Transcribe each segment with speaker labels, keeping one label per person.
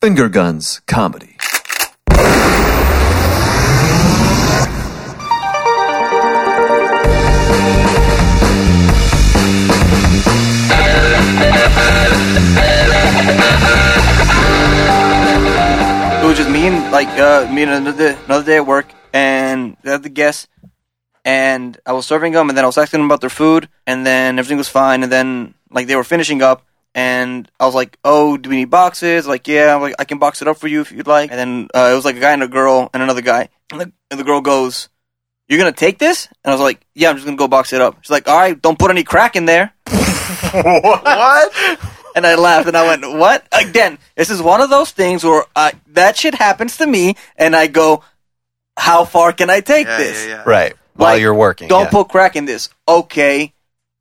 Speaker 1: Finger Guns Comedy.
Speaker 2: It was just me and like uh, me and another day, another day at work, and the other guest, and I was serving them, and then I was asking them about their food, and then everything was fine, and then like they were finishing up, and I was like, "Oh, do we need boxes?" Like, yeah, I'm like I can box it up for you if you'd like. And then uh, it was like a guy and a girl and another guy, and the, and the girl goes, "You're gonna take this?" And I was like, "Yeah, I'm just gonna go box it up." She's like, "All right, don't put any crack in there." And I laughed and I went, "What?" Again, this is one of those things where I, that shit happens to me, and I go, "How far can I take
Speaker 3: Yeah,
Speaker 2: this?"
Speaker 3: yeah, yeah.
Speaker 4: Right. While
Speaker 2: Like,
Speaker 4: you're working.
Speaker 2: Don't
Speaker 4: yeah.
Speaker 2: put crack in this, okay?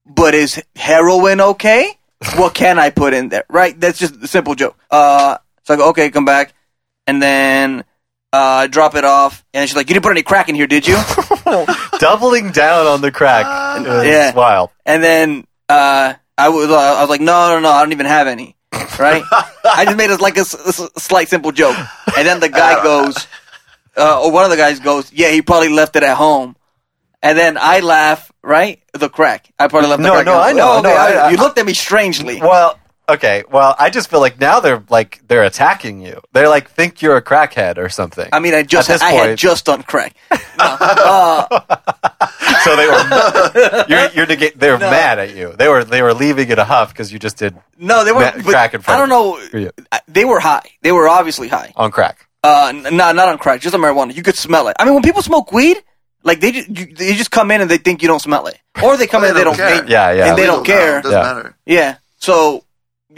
Speaker 2: But is heroin okay? what can I put in there? Right? That's just a simple joke. Uh, so I go, "Okay, come back," and then uh, drop it off, and she's like, "You didn't put any crack in here, did you?"
Speaker 4: doubling down on the crack. is
Speaker 2: yeah.
Speaker 4: Wild.
Speaker 2: And then uh, I was uh, I was like, no, no, no, I don't even have any. Right? I just made it like a, s- s- slight simple joke. And then the guy goes, uh, or one of the guys goes, yeah, he probably left it at home. And then I laugh, right? The crack. I probably left the
Speaker 4: No,
Speaker 2: crack.
Speaker 4: no,
Speaker 2: at
Speaker 4: I
Speaker 2: home.
Speaker 4: know,
Speaker 2: Oh, okay,
Speaker 4: no, I-
Speaker 2: I-
Speaker 4: I-
Speaker 2: you looked at me strangely.
Speaker 4: Well, okay. Well, I just feel like now they're like they're attacking you. They're like think you're a crackhead or something.
Speaker 2: I mean, I just
Speaker 4: At this
Speaker 2: I had
Speaker 4: point-
Speaker 2: just done crack.
Speaker 4: so they were you're, you're nega- they're mad at you. They were they were leaving at a huff because you just did
Speaker 2: No, they were
Speaker 4: Ma- crack in front
Speaker 2: I don't
Speaker 4: of you.
Speaker 2: know. I- They were high. They were obviously high.
Speaker 4: on crack.
Speaker 2: Uh, n- no, not on crack, just on marijuana. You could smell it. I mean, when people smoke weed, like they just, you, they just come in and they think you don't smell it, or they come in and they don't.
Speaker 3: care.
Speaker 2: They,
Speaker 4: Yeah, yeah.
Speaker 2: And they
Speaker 3: Legal
Speaker 2: don't
Speaker 3: now,
Speaker 2: care.
Speaker 3: Doesn't
Speaker 4: Yeah.
Speaker 3: matter.
Speaker 2: yeah. So,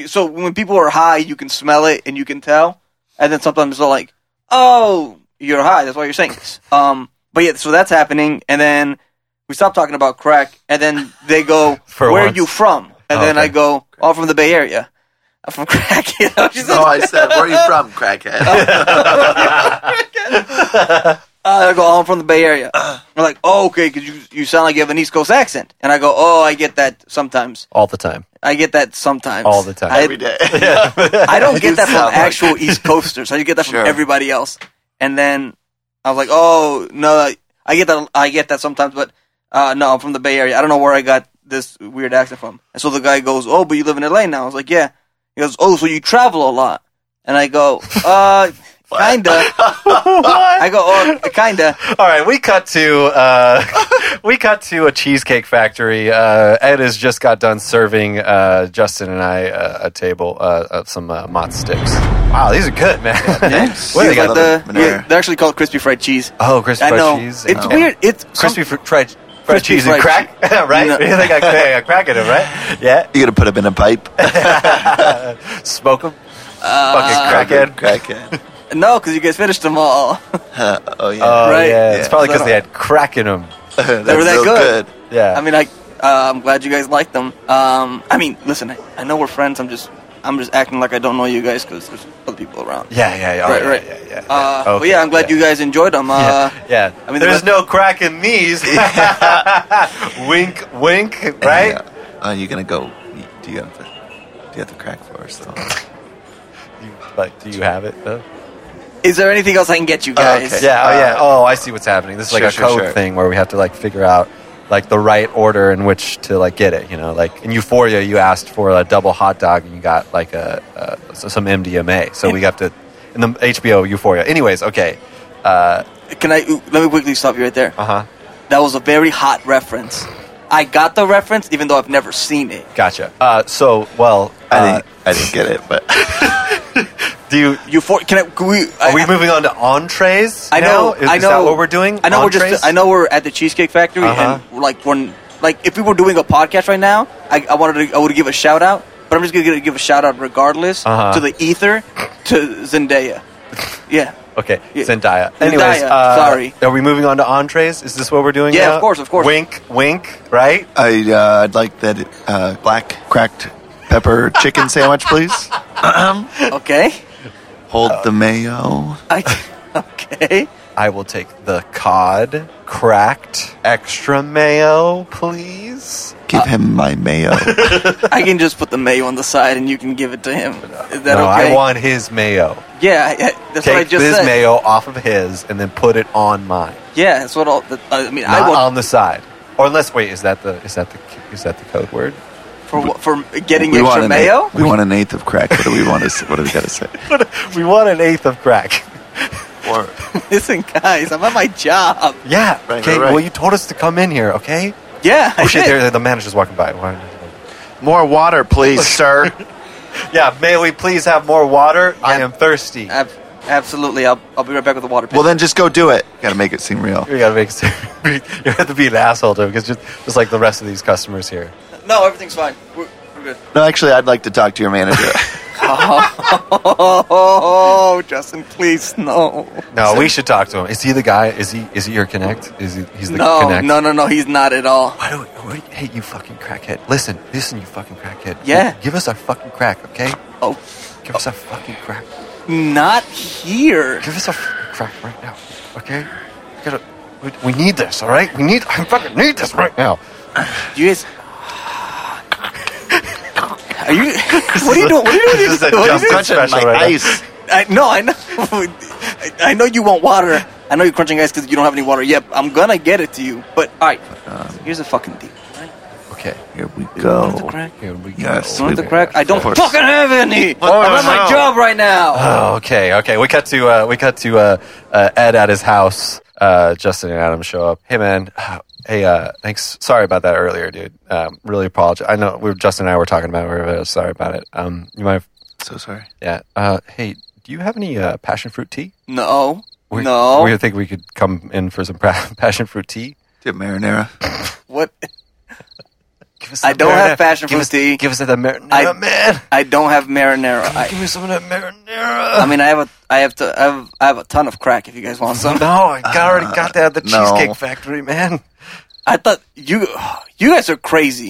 Speaker 2: so when people are high, you can smell it and you can tell, and then sometimes they're like, "Oh, you're high. That's why you're saying this." Um, but yeah, so that's happening, and then we stop talking about crack, and then they go,
Speaker 4: For
Speaker 2: "Where
Speaker 4: once.
Speaker 2: are you from?" And
Speaker 4: Oh,
Speaker 2: then I
Speaker 4: okay.
Speaker 2: go, "All from the Bay Area." I'm from crack. You know, she said,
Speaker 3: No, Oh, I said, where are you from, crackhead?
Speaker 2: Uh, I go, oh, I'm from the Bay Area.
Speaker 3: Uh-huh.
Speaker 2: They're like, oh, okay, because you, you sound like you have an East Coast accent. And I go, oh, I get that sometimes.
Speaker 4: All the time.
Speaker 2: I get that sometimes.
Speaker 4: All the time.
Speaker 2: I,
Speaker 3: Every day.
Speaker 2: I don't get that from
Speaker 3: sound like-
Speaker 2: actual East Coasters. I get that from
Speaker 3: Sure.
Speaker 2: everybody else. And then I was like, oh, no, I get that I get that sometimes, but uh, no, I'm from the Bay Area. I don't know where I got this weird accent from. And so the guy goes, oh, but you live in LA now. I was like, yeah. He goes, oh, so you travel a lot. And I go, uh, kinda. I go, oh, kinda.
Speaker 4: All right, we cut to uh, we cut to a cheesecake factory. Uh, Ed has just got done serving uh, Justin and I uh, a table uh, of some uh, mott sticks. Wow, these are good, man.
Speaker 3: Thanks.
Speaker 4: What do they
Speaker 2: You
Speaker 4: got?
Speaker 2: got the-
Speaker 3: Banana.
Speaker 2: yeah, they're actually called crispy fried cheese.
Speaker 4: Oh, crispy
Speaker 2: I know.
Speaker 4: fried cheese.
Speaker 2: It's
Speaker 4: and-
Speaker 2: weird. It's
Speaker 4: Crispy
Speaker 2: some-
Speaker 4: fr- fried, fried
Speaker 2: Crispy
Speaker 4: cheese and
Speaker 2: fried
Speaker 4: crack, right?
Speaker 2: No.
Speaker 4: they, got, they got crack in them, right? Yeah,
Speaker 3: You're going to put him in a pipe?
Speaker 4: smoke them.
Speaker 2: Uh,
Speaker 4: Fucking crackhead.
Speaker 3: Crackhead.
Speaker 2: no, because you guys finished them all.
Speaker 3: Huh, oh, yeah.
Speaker 4: Oh,
Speaker 2: Right.
Speaker 4: yeah.
Speaker 2: Yeah.
Speaker 4: It's probably because
Speaker 2: So-
Speaker 4: they had crack in them.
Speaker 3: That's
Speaker 2: were that
Speaker 3: so
Speaker 2: good.
Speaker 4: Yeah.
Speaker 2: I mean, I uh, I'm glad you guys liked them. Um, I mean, listen, I, I know we're friends. I'm just I'm just acting like I don't know you guys because there's other people around.
Speaker 4: yeah, yeah, yeah. oh,
Speaker 2: right,
Speaker 4: yeah,
Speaker 2: right.
Speaker 4: Yeah, yeah, yeah.
Speaker 2: Uh, but
Speaker 4: Okay,
Speaker 2: yeah, I'm glad you guys enjoyed them. Uh,
Speaker 4: yeah, yeah.
Speaker 2: I mean,
Speaker 4: there's
Speaker 2: the-
Speaker 4: no crack in these. wink, wink. Right?
Speaker 3: Yeah. Oh, you're going to go. Do you have to, do you have to crack for us, though?
Speaker 4: You, like, do you have it? though?
Speaker 2: Is there anything else I can get you guys?
Speaker 3: okay.
Speaker 4: Yeah. Oh,
Speaker 3: Uh,
Speaker 4: yeah. Oh, I see what's happening. This is like
Speaker 3: sure,
Speaker 4: a
Speaker 3: sure,
Speaker 4: code
Speaker 3: sure.
Speaker 4: thing where we have to like figure out like the right order in which to like get it. You know, like in Euphoria, you asked for a double hot dog and you got like a, a so- some MDMA. So we have to in the HBO Euphoria. Anyways, okay. Uh
Speaker 2: Can I? ooh, Let me quickly stop you right there.
Speaker 4: huh.
Speaker 2: That was a very hot reference. I got the reference, even though I've never seen it.
Speaker 4: Gotcha. Uh, so well,
Speaker 3: I,
Speaker 4: uh,
Speaker 3: didn't, I didn't get it, but
Speaker 4: do you?
Speaker 2: You for can I? Can we?
Speaker 4: Are
Speaker 2: I,
Speaker 4: we moving on to entrees?
Speaker 2: I know.
Speaker 4: now? Is,
Speaker 2: I
Speaker 4: is
Speaker 2: know
Speaker 4: that what we're doing?
Speaker 2: I know we're
Speaker 4: Entrees?
Speaker 2: just. I know we're at the Cheesecake Factory,
Speaker 4: Uh-huh.
Speaker 2: and like we're like if we were doing a podcast right now, I, I wanted to. I would give a shout out, but I'm just gonna give a shout out regardless
Speaker 4: Uh-huh.
Speaker 2: to the ether, to Zendaya. Yeah.
Speaker 4: Okay,
Speaker 2: Yeah.
Speaker 4: Zendaya. Anyways,
Speaker 2: Zendaya,
Speaker 4: uh,
Speaker 2: sorry.
Speaker 4: Are we moving on to entrees? Is this what we're doing?
Speaker 2: Yeah, of
Speaker 4: now?
Speaker 2: course, of course.
Speaker 4: Wink, wink. Right?
Speaker 3: I, uh, I'd like that uh, black cracked pepper chicken sandwich, please.
Speaker 2: Okay.
Speaker 3: Hold the mayo.
Speaker 2: I, okay.
Speaker 4: I will take the cod cracked extra mayo, please. is.
Speaker 3: Give him my mayo.
Speaker 2: I can just put the mayo on the side and you can give it to him. Is that
Speaker 4: no,
Speaker 2: okay?
Speaker 4: I want his mayo.
Speaker 2: Yeah, I- I- that's what I
Speaker 4: Take
Speaker 2: just
Speaker 4: this
Speaker 2: said.
Speaker 4: mayo off of his and then put it on mine,
Speaker 2: Yeah, that's what all. The, I mean,
Speaker 4: not
Speaker 2: I want
Speaker 4: on the side. Or unless, wait, is that the is that the is that the code word?
Speaker 2: for wha- for getting
Speaker 3: we want
Speaker 2: extra
Speaker 3: an
Speaker 2: mayo.
Speaker 3: Eighth, we want an eighth of crack. What do we want to? s- What do we got to say?
Speaker 4: we want an eighth of crack.
Speaker 3: Or
Speaker 2: Listen, guys, I'm at my job.
Speaker 4: Yeah.
Speaker 3: Right,
Speaker 4: okay.
Speaker 3: right, right.
Speaker 4: Well, you told us to come in here. Okay.
Speaker 2: Yeah, I
Speaker 4: Oh shit!
Speaker 2: did.
Speaker 4: There, the manager's walking by. Why-
Speaker 3: more water, please, sir.
Speaker 4: Yeah. May we please have more water? I
Speaker 2: Yeah. Uh,
Speaker 4: am thirsty.
Speaker 2: Ab- absolutely. I'll, I'll be right back with the water.
Speaker 3: well, then just go do it. Got to make it seem real.
Speaker 4: You gotta make. you have to be an asshole to him because just, just like the rest of these customers here.
Speaker 2: no, everything's fine. We're, we're good.
Speaker 3: No, actually, I'd like to talk to your manager.
Speaker 2: Oh, Justin, please, no.
Speaker 4: No, we should talk to him. Is he the guy? Is he? Is he your connect? Is he? He's the
Speaker 2: No,
Speaker 4: connect.
Speaker 2: no, no, no. He's not at all.
Speaker 4: Why do we, why do you- hey, you fucking crackhead! Listen, listen, you fucking crackhead.
Speaker 2: Yeah.
Speaker 4: Give us our fucking crack, okay?
Speaker 2: Oh,
Speaker 4: Give us our fucking crack.
Speaker 2: not here.
Speaker 4: Give us our fucking crack right now, okay? We, gotta, we, we need this, all right? We need. I fucking need this right now.
Speaker 2: You guys. Are you? What are you doing? What are you doing?
Speaker 4: This is a
Speaker 2: What are you
Speaker 4: Justin
Speaker 2: doing?
Speaker 3: Touching
Speaker 4: special
Speaker 3: my
Speaker 4: right now.
Speaker 3: ice.
Speaker 2: I no, I know. I, I know you want water. I know you're crunching guys because you don't have any water. Yep, I'm gonna get it to you. But all right,
Speaker 4: um,
Speaker 2: here's a fucking deal.
Speaker 4: Okay.
Speaker 3: Here we
Speaker 2: Want the
Speaker 3: go.
Speaker 2: crack?
Speaker 4: Here we
Speaker 3: Yes.
Speaker 2: You want
Speaker 4: go.
Speaker 2: the crack? I don't
Speaker 3: Of course.
Speaker 2: fucking have any. I'm
Speaker 4: no,
Speaker 2: at my
Speaker 4: no.
Speaker 2: job right now.
Speaker 4: Oh, okay, okay. We cut to uh, we cut to uh, uh, Ed at his house. Uh, Justin and Adam show up. Hey, man. Hey, uh, thanks. Sorry about that earlier, dude. Um, really apologize. I know we were Justin and I were talking about. It. We were really sorry about it. Um, you might. Have,
Speaker 3: So sorry.
Speaker 4: yeah. Uh, hey, do you have any uh, passion fruit tea?
Speaker 2: No,
Speaker 4: We,
Speaker 2: no.
Speaker 4: We think we could come in for some pra- passion fruit tea.
Speaker 3: Do marinara.
Speaker 2: What?
Speaker 4: Give us
Speaker 2: I
Speaker 4: that
Speaker 2: don't have
Speaker 4: marinara.
Speaker 2: passion
Speaker 4: Give
Speaker 2: fruit
Speaker 4: us-
Speaker 2: tea.
Speaker 4: Give us that marinara,
Speaker 2: I-
Speaker 4: man.
Speaker 2: I don't have marinara. I,
Speaker 4: give me some of that
Speaker 2: I
Speaker 4: marinara.
Speaker 2: mean, I have a, I have to, I have, I have a ton of crack. If you guys want some, Uh,
Speaker 4: no, I got, already got that at the
Speaker 3: no.
Speaker 4: Cheesecake Factory, man.
Speaker 2: I thought you, you guys are crazy.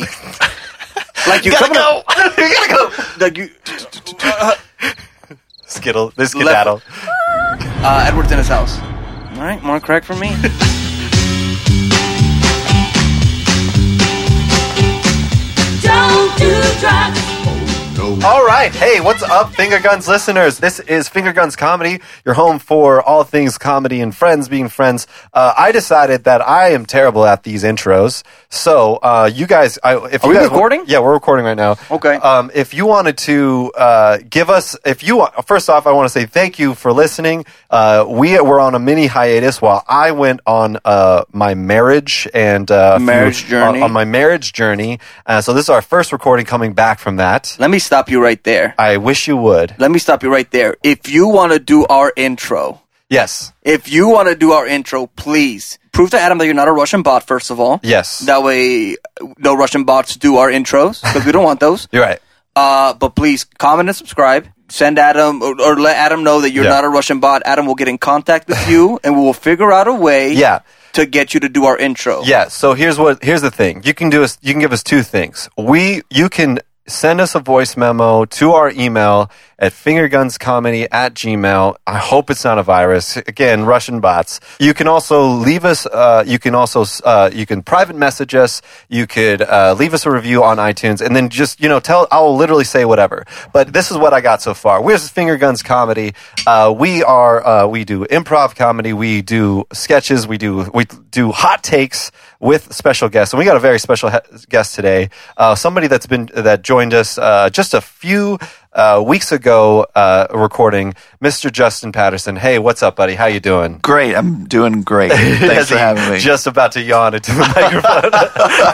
Speaker 2: like you gotta go.
Speaker 4: gotta go.
Speaker 2: Like you,
Speaker 4: Skittle, this
Speaker 2: skedaddle. uh, Edward's in his house. All right, more crack for me.
Speaker 1: Don't do drugs.
Speaker 4: All right, hey, what's up, Finger Guns listeners? This is Finger Guns Comedy, your home for all things comedy and friends being friends. Uh, I decided that I am terrible at these intros, so uh, you guys, I, if
Speaker 2: Are
Speaker 4: you
Speaker 2: we
Speaker 4: guys wa-
Speaker 2: recording?
Speaker 4: yeah, we're recording right now.
Speaker 2: Okay.
Speaker 4: Um, if you wanted to uh, give us, if you want, first off, I want to say thank you for listening. Uh, we were on a mini hiatus while I went on uh, my marriage and uh, a few-
Speaker 2: Marriage journey.
Speaker 4: on, on my marriage journey. Uh, so this is our first recording coming back from that.
Speaker 2: Let me stop you right there.
Speaker 4: I wish you would.
Speaker 2: Let me stop you right there. If you want to do our intro,
Speaker 4: Yes.
Speaker 2: if you want to do our intro, please prove to Adam that you're not a Russian bot. First of all,
Speaker 4: Yes.
Speaker 2: That way, no Russian bots do our intros because we don't want those.
Speaker 4: You're right.
Speaker 2: Uh, but please comment and subscribe. Send Adam or, or let Adam know that you're
Speaker 4: Yeah.
Speaker 2: not a Russian bot. Adam will get in contact with you, and we will figure out a way.
Speaker 4: Yeah.
Speaker 2: To get you to do our intro.
Speaker 4: Yeah. So here's what here's the thing. You can do us you can give us two things. We you can send us a voice memo to our email at fingergunscomedy at gmail. I hope it's not a virus. Again, Russian bots. You can also leave us uh, you can also uh, you can private message us. You could uh, leave us a review on iTunes and then just, you know, tell I'll literally say whatever. But this is what I got so far. Where's Finger Guns Comedy? Uh, we are uh, we do improv comedy, we do sketches, we do we do hot takes with special guests, and we got a very special he- guest today. Uh, somebody that's been that joined us uh, just a few uh, weeks ago, uh, recording Mr. Justin Patterson. Hey, what's up, buddy? How you doing?
Speaker 3: Great. I'm doing great. Thanks
Speaker 4: As
Speaker 3: for
Speaker 4: he
Speaker 3: having me.
Speaker 4: Just about to yawn into the microphone.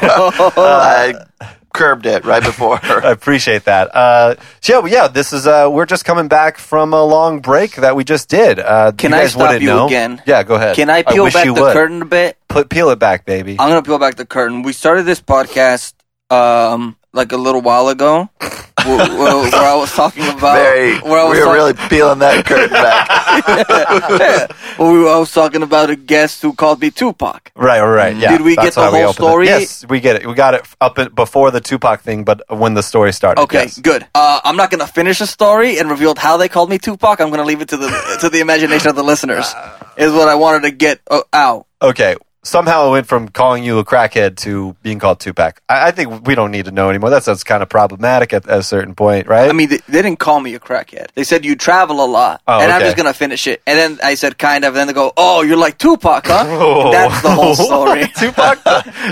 Speaker 3: Oh,
Speaker 4: uh,
Speaker 3: I curbed it right before.
Speaker 4: I appreciate that. Uh, so yeah, well, yeah, this is uh, we're just coming back from a long break that we just did. Uh,
Speaker 2: Can
Speaker 4: you
Speaker 2: I
Speaker 4: guys
Speaker 2: stop
Speaker 4: wouldn't
Speaker 2: you
Speaker 4: know.
Speaker 2: again?
Speaker 4: Yeah, go ahead.
Speaker 2: Can I peel
Speaker 4: wish
Speaker 2: back the
Speaker 4: you would.
Speaker 2: curtain Um, a bit?
Speaker 4: Put, peel it back, baby.
Speaker 2: I'm gonna peel back the curtain. We started this podcast um like a little while ago, wh- wh- where, I was talking about
Speaker 3: Very.
Speaker 2: where I was
Speaker 3: we're
Speaker 2: talk-
Speaker 3: really peeling that curtain back.
Speaker 2: yeah, where we were, I was talking about a guest who called me Tupac.
Speaker 4: Right, right, right. Yeah.
Speaker 2: Did we get
Speaker 4: That's
Speaker 2: the
Speaker 4: why we
Speaker 2: whole
Speaker 4: opened it.
Speaker 2: story?
Speaker 4: Yes, we get it. We got it f- up at, before the Tupac thing, but when the story started.
Speaker 2: Okay,
Speaker 4: yes.
Speaker 2: good. Uh, I'm not gonna finish the story and reveal how they called me Tupac. I'm gonna leave it to the to the imagination of the listeners. Is what I wanted to get uh, out.
Speaker 4: Okay. somehow it went from calling you a crackhead to being called Tupac. I, I think we don't need to know anymore. That sounds kind of problematic at, at a certain point, right?
Speaker 2: I mean, they, they didn't call me a crackhead. They said you travel a lot,
Speaker 4: Oh,
Speaker 2: and I'm
Speaker 4: okay.
Speaker 2: just gonna finish it. And then I said kind of, and then they go, "Oh, you're like Tupac, huh?"
Speaker 4: Whoa.
Speaker 2: That's the whole story.
Speaker 4: Tupac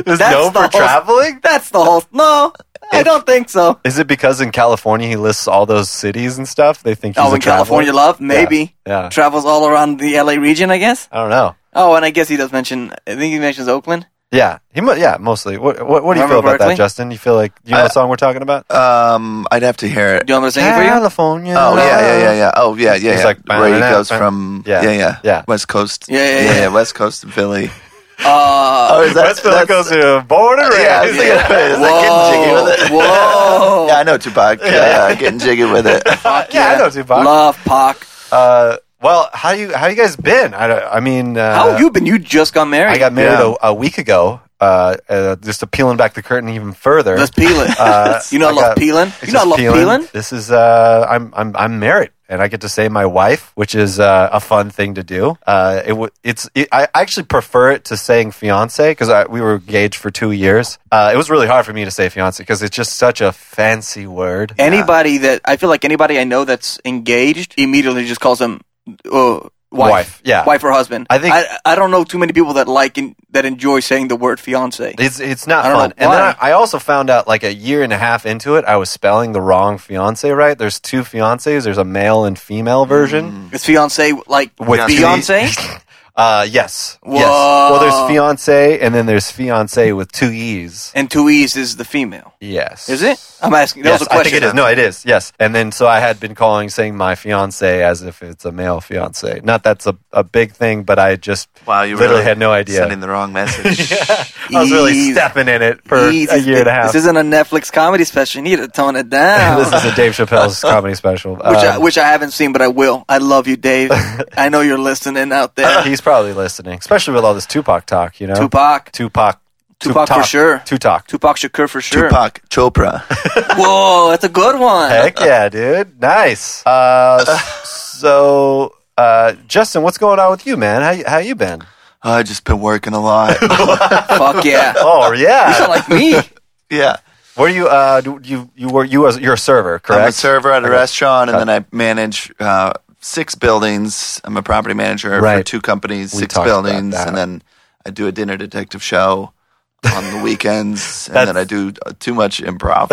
Speaker 4: is
Speaker 2: That's
Speaker 4: known
Speaker 2: the
Speaker 4: for
Speaker 2: whole-
Speaker 4: traveling.
Speaker 2: That's the whole. No, I don't think so.
Speaker 4: Is it because in California he lists all those cities and stuff? They think he's
Speaker 2: Oh,
Speaker 4: a
Speaker 2: in California
Speaker 4: traveler?
Speaker 2: Love, maybe
Speaker 4: Yeah. yeah.
Speaker 2: travels all around the LA region, I guess.
Speaker 4: I don't know.
Speaker 2: Oh, and I guess he does mention. I think he mentions Oakland.
Speaker 4: Yeah, he mu- yeah, mostly. What what, what do you
Speaker 2: Remember
Speaker 4: feel about
Speaker 2: Berkeley?
Speaker 4: that, Justin? You feel like you know
Speaker 3: I-
Speaker 4: the song we're talking about?
Speaker 3: Um, I'd have to hear it.
Speaker 2: Do you want me to sing it for you?
Speaker 4: California.
Speaker 3: Oh yeah, yeah, yeah, yeah. Oh yeah, yeah.
Speaker 4: He's
Speaker 3: yeah.
Speaker 4: like,
Speaker 3: where he
Speaker 4: "Bah, nah,
Speaker 3: goes
Speaker 4: bah."
Speaker 3: from
Speaker 4: Yeah,
Speaker 3: yeah, yeah, yeah,
Speaker 4: yeah.
Speaker 3: West Coast.
Speaker 2: Yeah, yeah, yeah.
Speaker 3: West Coast to Philly.
Speaker 2: Uh,
Speaker 3: Oh, is that
Speaker 4: West Philly goes
Speaker 3: that's-
Speaker 4: to born and raised.
Speaker 3: Yeah, I was thinking, is that getting jiggy with it?
Speaker 2: whoa.
Speaker 3: Yeah, I know Tupac. Yeah, getting jiggy with it.
Speaker 4: yeah, I know Tupac.
Speaker 2: Love Pac.
Speaker 4: Uh, well, how you how you guys been? I don't- I mean, uh,
Speaker 2: How have you been? You just got married.
Speaker 4: I got married
Speaker 3: Yeah.
Speaker 4: a, a week ago. Uh, uh, just to peeling back the curtain even further.
Speaker 2: Let's peel it.
Speaker 4: Uh,
Speaker 2: you know I,
Speaker 4: I
Speaker 2: love
Speaker 4: got-
Speaker 2: peeling.
Speaker 4: It's
Speaker 2: You know I
Speaker 4: just
Speaker 2: love peeling.
Speaker 4: This is uh, I'm I'm I'm married, and I get to say my wife, which is uh, a fun thing to do. Uh, it w- it's it, I actually prefer it to saying fiance because we were engaged for two years. Uh, it was really hard for me to say fiance because it's just such a fancy word.
Speaker 2: Anybody that I feel like anybody I know that's engaged immediately just calls them uh, wife.
Speaker 4: Wife, yeah.
Speaker 2: wife or husband.
Speaker 4: I think-
Speaker 2: I, I don't know too many people that like and that enjoy saying the word fiance.
Speaker 4: It's it's not
Speaker 2: I don't
Speaker 4: fun.
Speaker 2: know
Speaker 4: And then
Speaker 2: why.
Speaker 4: I, I also found out like a year and a half into it, I was spelling the wrong fiance right. There's two fiancés. There's a male and female version.
Speaker 2: It's fiance like
Speaker 4: With
Speaker 2: Beyonce.
Speaker 4: Uh, yes,
Speaker 2: Whoa.
Speaker 4: yes. Well, there's fiance, and then there's fiance with two e's.
Speaker 2: and two e's is the female.
Speaker 4: Yes,
Speaker 2: Is it? I'm asking. That
Speaker 4: yes,
Speaker 2: was a question.
Speaker 4: I think it is. No, it is. Yes, and then so I had been calling saying my fiance as if it's a male fiance. Not that's a, a big thing, but I just
Speaker 3: Wow, you
Speaker 4: literally
Speaker 3: really
Speaker 4: had no idea.
Speaker 3: Sending the wrong message.
Speaker 4: I was really
Speaker 2: Easy.
Speaker 4: stepping in it for
Speaker 2: Easy.
Speaker 4: a year and a half.
Speaker 2: This isn't a Netflix comedy special. You need to tone it down.
Speaker 4: this is a Dave Chappelle's comedy special.
Speaker 2: which I,
Speaker 4: Um,
Speaker 2: which I haven't seen, but I will. I love you, Dave. I know you're listening out there.
Speaker 4: Um, he's probably listening, especially with all this Tupac talk. You know,
Speaker 2: Tupac,
Speaker 4: Tupac,
Speaker 2: Tupac for sure.
Speaker 4: Tupac.
Speaker 2: Tupac Shakur for sure.
Speaker 3: Tupac Chopra.
Speaker 2: Whoa, that's a good one.
Speaker 4: Heck yeah, dude! Nice. Uh, s- so, uh, Justin, what's going on with you, man? How you- how you been?
Speaker 3: Oh, I've just been working a lot.
Speaker 2: Fuck yeah.
Speaker 4: Oh
Speaker 2: You
Speaker 4: yeah,
Speaker 2: sound like me.
Speaker 3: yeah.
Speaker 4: were you uh do- you you were you as you're a server, correct?
Speaker 3: I'm a server at a
Speaker 4: Okay.
Speaker 3: restaurant, and then I manage uh, six buildings. I'm a property manager for
Speaker 4: Right.
Speaker 3: two companies,
Speaker 4: We
Speaker 3: six
Speaker 4: talked about
Speaker 3: buildings,
Speaker 4: that.
Speaker 3: and then I do a dinner detective show on the weekends, and
Speaker 4: That's-
Speaker 3: then I do uh, too much improv.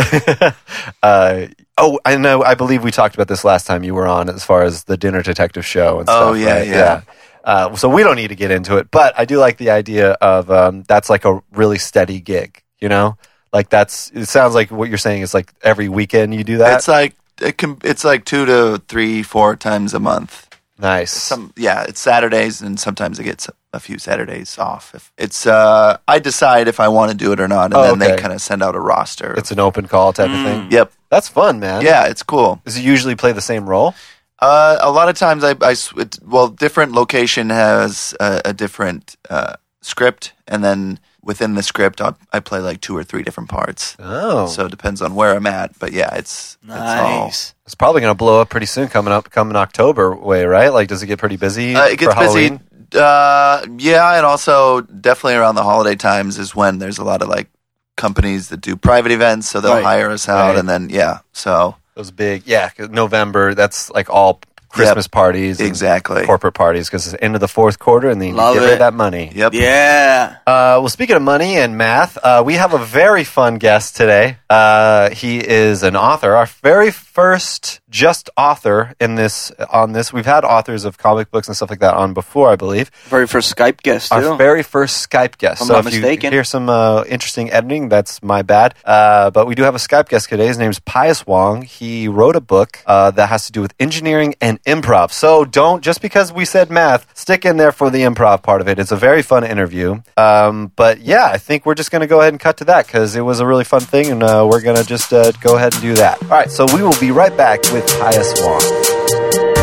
Speaker 4: Uh, oh, I know. I believe we talked about this last time you were on, as far as the dinner detective show and
Speaker 3: Oh,
Speaker 4: stuff.
Speaker 3: yeah,
Speaker 4: right?
Speaker 3: yeah.
Speaker 4: Uh, so we don't need to get into it, but I do like the idea of um, that's like a really steady gig. You know, like that's. It sounds like what you're saying is like every weekend you do that.
Speaker 3: it's like it can, it's like two to three, four times a month.
Speaker 4: nice.
Speaker 3: Some yeah, it's Saturdays, and sometimes I get s- a few Saturdays off. If it's uh, I decide if I want to do it or not, and
Speaker 4: Oh,
Speaker 3: then they
Speaker 4: okay.
Speaker 3: kind of send out a roster.
Speaker 4: it's an open call type of thing.
Speaker 3: yep,
Speaker 4: That's fun, man.
Speaker 3: Mm, yeah, it's cool.
Speaker 4: Does it usually play the same role?
Speaker 3: Uh, a lot of times, I, I sw- it- well, different location has a, a different uh, script, and then within the script, I, I play like two or three different parts.
Speaker 4: Oh.
Speaker 3: So it depends on where I'm at, but yeah, it's
Speaker 2: Nice.
Speaker 4: It's probably going to blow up pretty soon coming up coming October way, right? Like does it get pretty busy
Speaker 3: It's all. Uh, it
Speaker 4: for
Speaker 3: gets busy.
Speaker 4: Halloween?
Speaker 3: Uh, yeah, and also definitely around the holiday times is when there's a lot of like companies that do private events, so they'll
Speaker 2: Right.
Speaker 3: hire us out,
Speaker 4: Right.
Speaker 3: and then yeah, so
Speaker 4: Those big, yeah, 'cause November, that's like all Christmas parties. and
Speaker 3: exactly.
Speaker 4: Corporate parties because it's the end of the fourth quarter and then you
Speaker 2: Love
Speaker 4: get rid
Speaker 2: it.
Speaker 4: of that money.
Speaker 3: Yep.
Speaker 2: Yeah.
Speaker 4: Uh, well, speaking of money and math, uh, we have a very fun guest today. Uh, he is an author, our very first just author in this on this. We've had authors of comic books and stuff like that on before, I believe.
Speaker 2: Very first Skype guest, too.
Speaker 4: our very first Skype guest.
Speaker 2: I'm
Speaker 4: so
Speaker 2: not
Speaker 4: if
Speaker 2: mistaken.
Speaker 4: you hear some uh, interesting editing, that's my bad. Uh, but we do have a Skype guest today. His name's Pius Wong. He wrote a book uh, that has to do with engineering and improv. So don't just because we said math, stick in there for the improv part of it. It's a very fun interview. Um, but yeah, I think we're just going to go ahead and cut to that because it was a really fun thing, and uh, we're going to just uh, go ahead and do that. All right, so we will be right back with Pius Wong.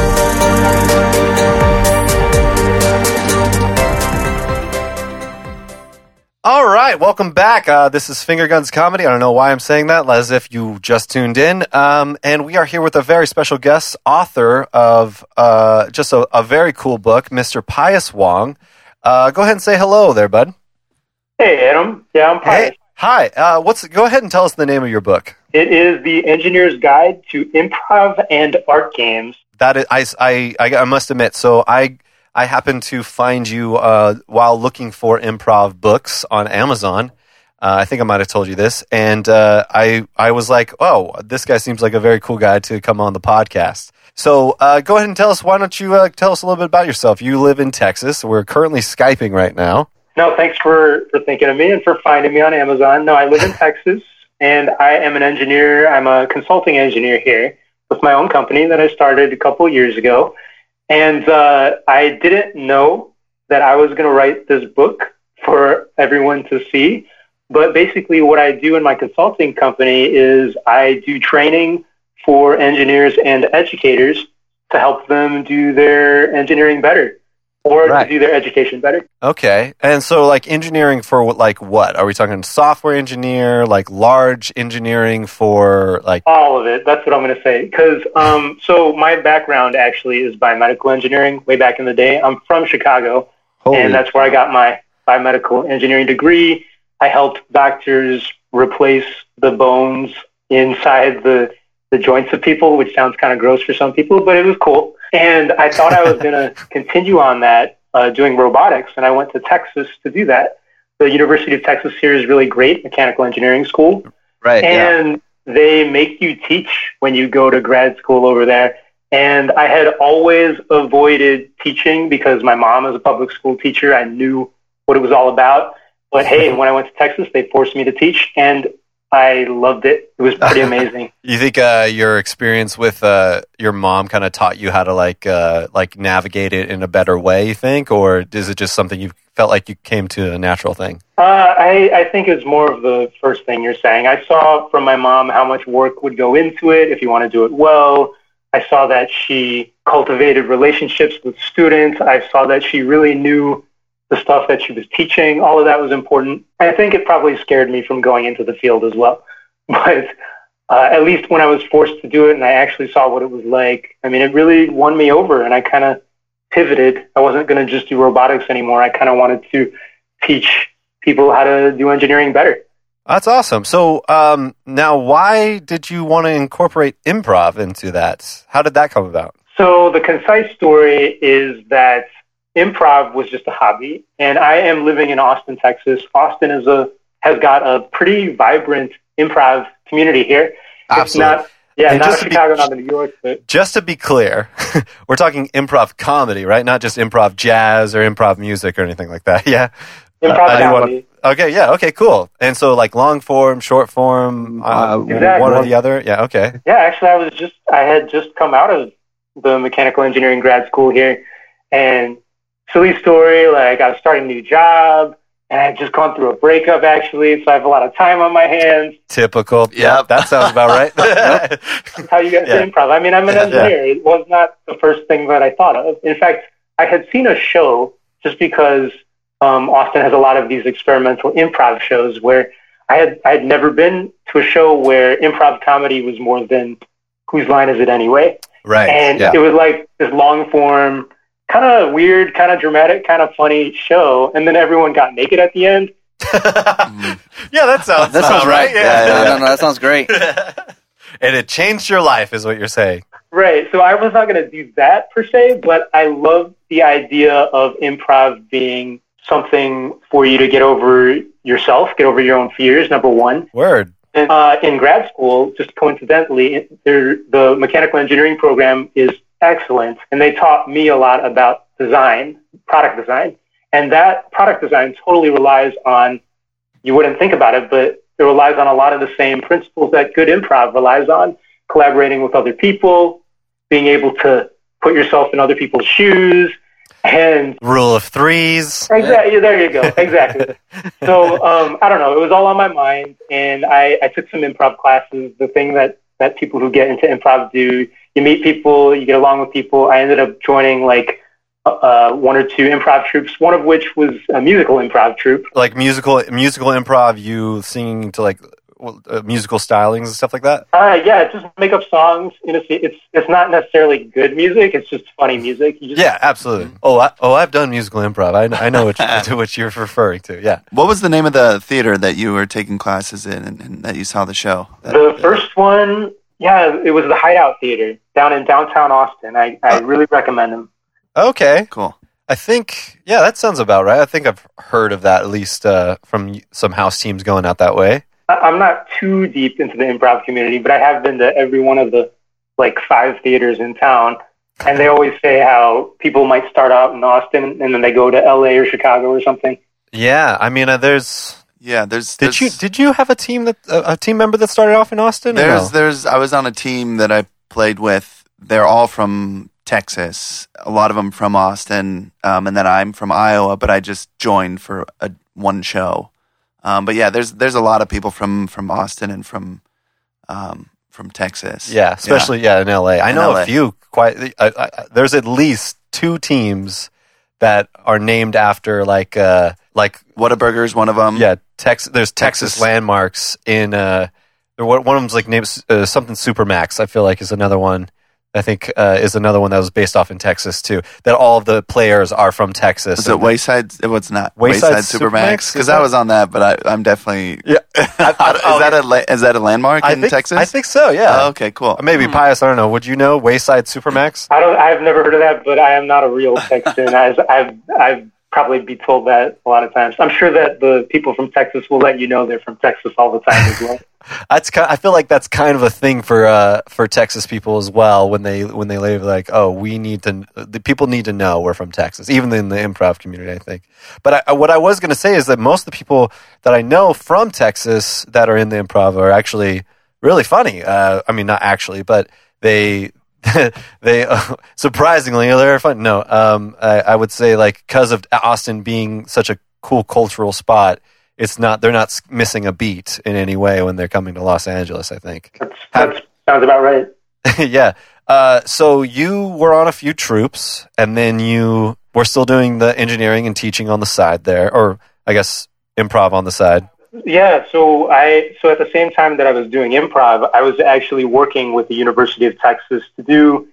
Speaker 4: All right, welcome back. Uh, this is Finger Guns Comedy. I don't know why I'm saying that, as if you just tuned in. Um, and we are here with a very special guest, author of uh, just a, a very cool book, Mr. Pius Wong. Uh, go ahead and say hello there, bud.
Speaker 5: Hey, Adam. Yeah, I'm Pius.
Speaker 4: Hey, hi. Uh, what's go ahead and tell us the name of your book?
Speaker 5: It is the Engineer's Guide to Improv and Art Games.
Speaker 4: That is, I, I, I, I must admit. So I I happened to find you uh, while looking for improv books on Amazon. Uh, I think I might have told you this, and uh, I I was like, oh, this guy seems like a very cool guy to come on the podcast. So uh, go ahead and tell us. Why don't you uh, tell us a little bit about yourself? You live in Texas. We're currently skyping right now.
Speaker 5: No, thanks for, for thinking of me and for finding me on Amazon. No, I live in Texas, and I am an engineer. I'm a consulting engineer here with my own company that I started a couple years ago. And uh, I didn't know that I was going to write this book for everyone to see. But basically, what I do in my consulting company is I do training for engineers and educators to help them do their engineering better or
Speaker 4: Right.
Speaker 5: to do their education better.
Speaker 4: Okay, and so like engineering for what- like what are we talking? Software engineer, like large engineering for like
Speaker 5: All of it. That's what I'm going to say. Because um, so my background actually is biomedical engineering. Way back in the day, I'm from Chicago,
Speaker 4: holy.
Speaker 5: and that's where I got my biomedical engineering degree. I helped doctors replace the bones inside the the joints of people, which sounds kind of gross for some people, but it was cool. And I thought I was going to continue on that uh, doing robotics, and I went to Texas to do that. The University of Texas here is really great mechanical engineering school
Speaker 4: right. yeah.
Speaker 5: and they make you teach when you go to grad school over there. And I had always avoided teaching because my mom is a public school teacher. I knew what it was all about. But hey, when I went to Texas, they forced me to teach, and I loved it. It was pretty amazing.
Speaker 4: You think uh, your experience with uh, your mom kind of taught you how to like uh, like navigate it in a better way? You think, or is it just something you felt like you came to a natural thing?
Speaker 5: Uh, I, I think it's more of the first thing you're saying. I saw from my mom how much work would go into it if you want to do it well. I saw that she cultivated relationships with students. I saw that she really knew the stuff that she was teaching. All of that was important. I think it probably scared me from going into the field as well. But uh, at least when I was forced to do it and I actually saw what it was like, I mean, it really won me over and I kind of pivoted. I wasn't going to just do robotics anymore. I kind of wanted to teach people how to do engineering better.
Speaker 4: That's awesome. So um, now, why did you want to incorporate improv into that? How did that come about?
Speaker 5: So the concise story is that improv was just a hobby, and I am living in Austin, Texas. Austin is a has got a pretty vibrant improv community here.
Speaker 4: Absolutely.
Speaker 5: It's not, yeah,
Speaker 4: And
Speaker 5: not
Speaker 4: just to be-
Speaker 5: Chicago, not in New York, but
Speaker 4: Just to be clear, we're talking improv comedy, right? Not just improv jazz or improv music or anything like that. Yeah.
Speaker 5: improv
Speaker 4: I do wanna-
Speaker 5: comedy.
Speaker 4: Okay. Yeah. Okay. Cool. And so, like long form, short form, uh,
Speaker 3: Uh,
Speaker 5: Exactly.
Speaker 4: one or the other. Yeah. Okay.
Speaker 5: Yeah, actually, I was just I had just come out of the mechanical engineering grad school here, and silly story, like I was starting a new job, and I had just gone through a breakup actually, so I have a lot of time on my hands.
Speaker 4: Typical. Yeah.
Speaker 3: Yep.
Speaker 4: That sounds about right.
Speaker 5: That's how you guys
Speaker 4: Yeah.
Speaker 5: improv. I mean, I'm an
Speaker 4: Yeah.
Speaker 5: engineer. It was not the first thing that I thought of. In fact, I had seen a show just because um, Austin has a lot of these experimental improv shows where I had I had never been to a show where improv comedy was more than whose line is it anyway.
Speaker 4: right.
Speaker 5: and
Speaker 4: yeah.
Speaker 5: it was like this long form, kind of weird, kind of dramatic, kind of funny show. And then everyone got naked at the end.
Speaker 4: yeah. That sounds.
Speaker 2: That sounds
Speaker 4: about
Speaker 2: right.
Speaker 4: Yeah.
Speaker 2: Yeah, no, no, no, that sounds great.
Speaker 4: and it changed your life, is what you're saying.
Speaker 5: Right. So I was not going to do that per se, but I love the idea of improv being something for you to get over yourself, get over your own fears. Number one.
Speaker 4: Word.
Speaker 5: And, uh, in grad school, just coincidentally, it- there, the mechanical engineering program is excellent, and they taught me a lot about design, product design, and that product design totally relies on. You wouldn't think about it, but it relies on a lot of the same principles that good improv relies on: collaborating with other people, being able to put yourself in other people's shoes, and
Speaker 4: Rule of threes.
Speaker 5: Exactly. There you go. Exactly. so um, I don't know. It was all on my mind, and I, I took some improv classes. The thing that that people who get into improv do, you meet people, you get along with people. I ended up joining like uh, one or two improv troupes, one of which was a musical improv troupe.
Speaker 4: Like musical musical improv, you singing to like well, uh, musical stylings and stuff like that?
Speaker 5: Uh, yeah, just make up songs. You know, see, it's it's not necessarily good music. It's just funny music. You just,
Speaker 4: Yeah, absolutely. Oh, I, oh, I've done musical improv. I, kn- I know what you, to what you're referring to. Yeah,
Speaker 3: What was the name of the theater that you were taking classes in and, and that you saw the show? That-
Speaker 5: The first one, yeah, it was the Hideout Theater down in downtown Austin. I, I really recommend them.
Speaker 4: okay.
Speaker 3: cool.
Speaker 4: I think yeah, that sounds about right. I think I've heard of that at least uh, from y- some house teams going out that way.
Speaker 5: I- I'm not too deep into the improv community, but I have been to every one of the like five theaters in town. And they always say how people might start out in Austin and then they go to LA or Chicago or something.
Speaker 4: Yeah, I mean, uh, there's
Speaker 3: Yeah, there's.
Speaker 4: Did
Speaker 3: there's-
Speaker 4: you did you have a team that a, a team member that started off in Austin? or
Speaker 3: There's,
Speaker 4: no?
Speaker 3: there's. I was on a team that I played with. They're all from Texas. A lot of them from Austin, um, and then I'm from Iowa. But I just joined for a one show. Um, but yeah, there's there's a lot of people from from Austin and from um, from Texas.
Speaker 4: yeah, especially yeah, in LA. I
Speaker 3: In
Speaker 4: know
Speaker 3: LA.
Speaker 4: a few quite. I, I, I- there's at least two teams that are named after like uh like
Speaker 3: Whataburger is one of them.
Speaker 4: yeah Texas. There's Texas,
Speaker 3: Mm. Texas.
Speaker 4: landmarks in uh there- one one of them's like named uh, something Supermax. I feel like is another one. I think uh, is another one that was based off in Texas too. That all of the players are from Texas.
Speaker 3: Is it
Speaker 4: And-
Speaker 3: Wayside? It was not
Speaker 4: Wayside
Speaker 3: Wayside, Supermax
Speaker 4: Supermax?
Speaker 3: because I was on that, but I, I'm definitely.
Speaker 4: Yeah. oh,
Speaker 3: is that a la- is that a landmark
Speaker 4: I
Speaker 3: in
Speaker 4: think,
Speaker 3: Texas?
Speaker 4: I think so. Yeah.
Speaker 3: Oh, okay, cool.
Speaker 4: Maybe Pius. I don't know. Would you know Wayside Supermax?
Speaker 5: I don't. I've never heard of that, but I am not a real Texan. As I've I've probably be told that a lot of times. I'm sure that the people from Texas will let you know they're from Texas all the time as well.
Speaker 4: That's ki I feel like that's kind of a thing for uh, for Texas people as well when they when they leave like oh we need to the people need to know we're from Texas even in the improv community I think but I, what I was going to say is that most of the people that I know from Texas that are in the improv are actually really funny uh, I mean not actually but they they uh, surprisingly they're fun no um, I, I would say like because of Austin being such a cool cultural spot it's not they're not s- missing a beat in any way when they're coming to Los Angeles. I think.
Speaker 5: That's, that's sounds about right.
Speaker 4: yeah. Uh, so you were on a few troops, and then you were still doing the engineering and teaching on the side there, or I guess improv on the side.
Speaker 5: Yeah, so I so at the same time that I was doing improv, I was actually working with the University of Texas to do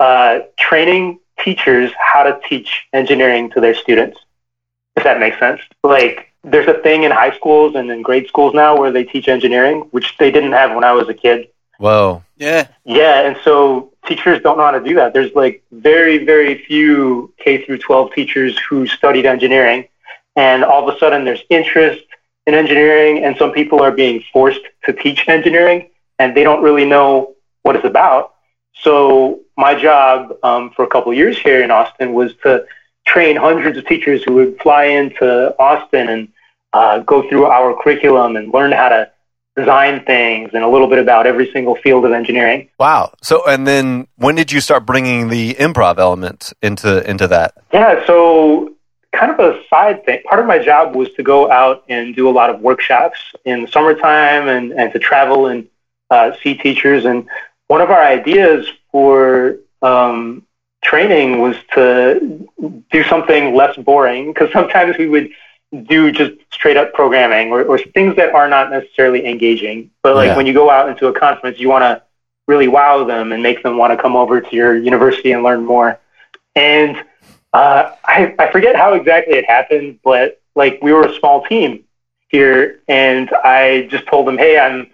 Speaker 5: uh, training teachers how to teach engineering to their students. If that makes sense, like there's a thing in high schools and in grade schools now where they teach engineering, which they didn't have when I was a kid.
Speaker 4: Whoa.
Speaker 2: Yeah.
Speaker 5: Yeah, and so teachers don't know how to do that. There's like very, very few K through 12 teachers who studied engineering, and all of a sudden there's interest in engineering, and some people are being forced to teach engineering, and they don't really know what it's about. So my job um, for a couple of years here in Austin was to train hundreds of teachers who would fly into Austin and uh, go through our curriculum and learn how to design things and a little bit about every single field of engineering.
Speaker 4: Wow. So and then when did you start bringing the improv element into into that?
Speaker 5: Yeah, so kind of a side thing. Part of my job was to go out and do a lot of workshops in the summertime and, and to travel and uh, see teachers. And one of our ideas for um, training was to do something less boring because sometimes we would do just straight up programming or, or things that are not necessarily engaging. But like
Speaker 4: Yeah.
Speaker 5: when you go out into a conference, you want to really wow them and make them want to come over to your university and learn more. And uh, I, I forget how exactly it happened, but like we were a small team here, and I just told them, "Hey, I'm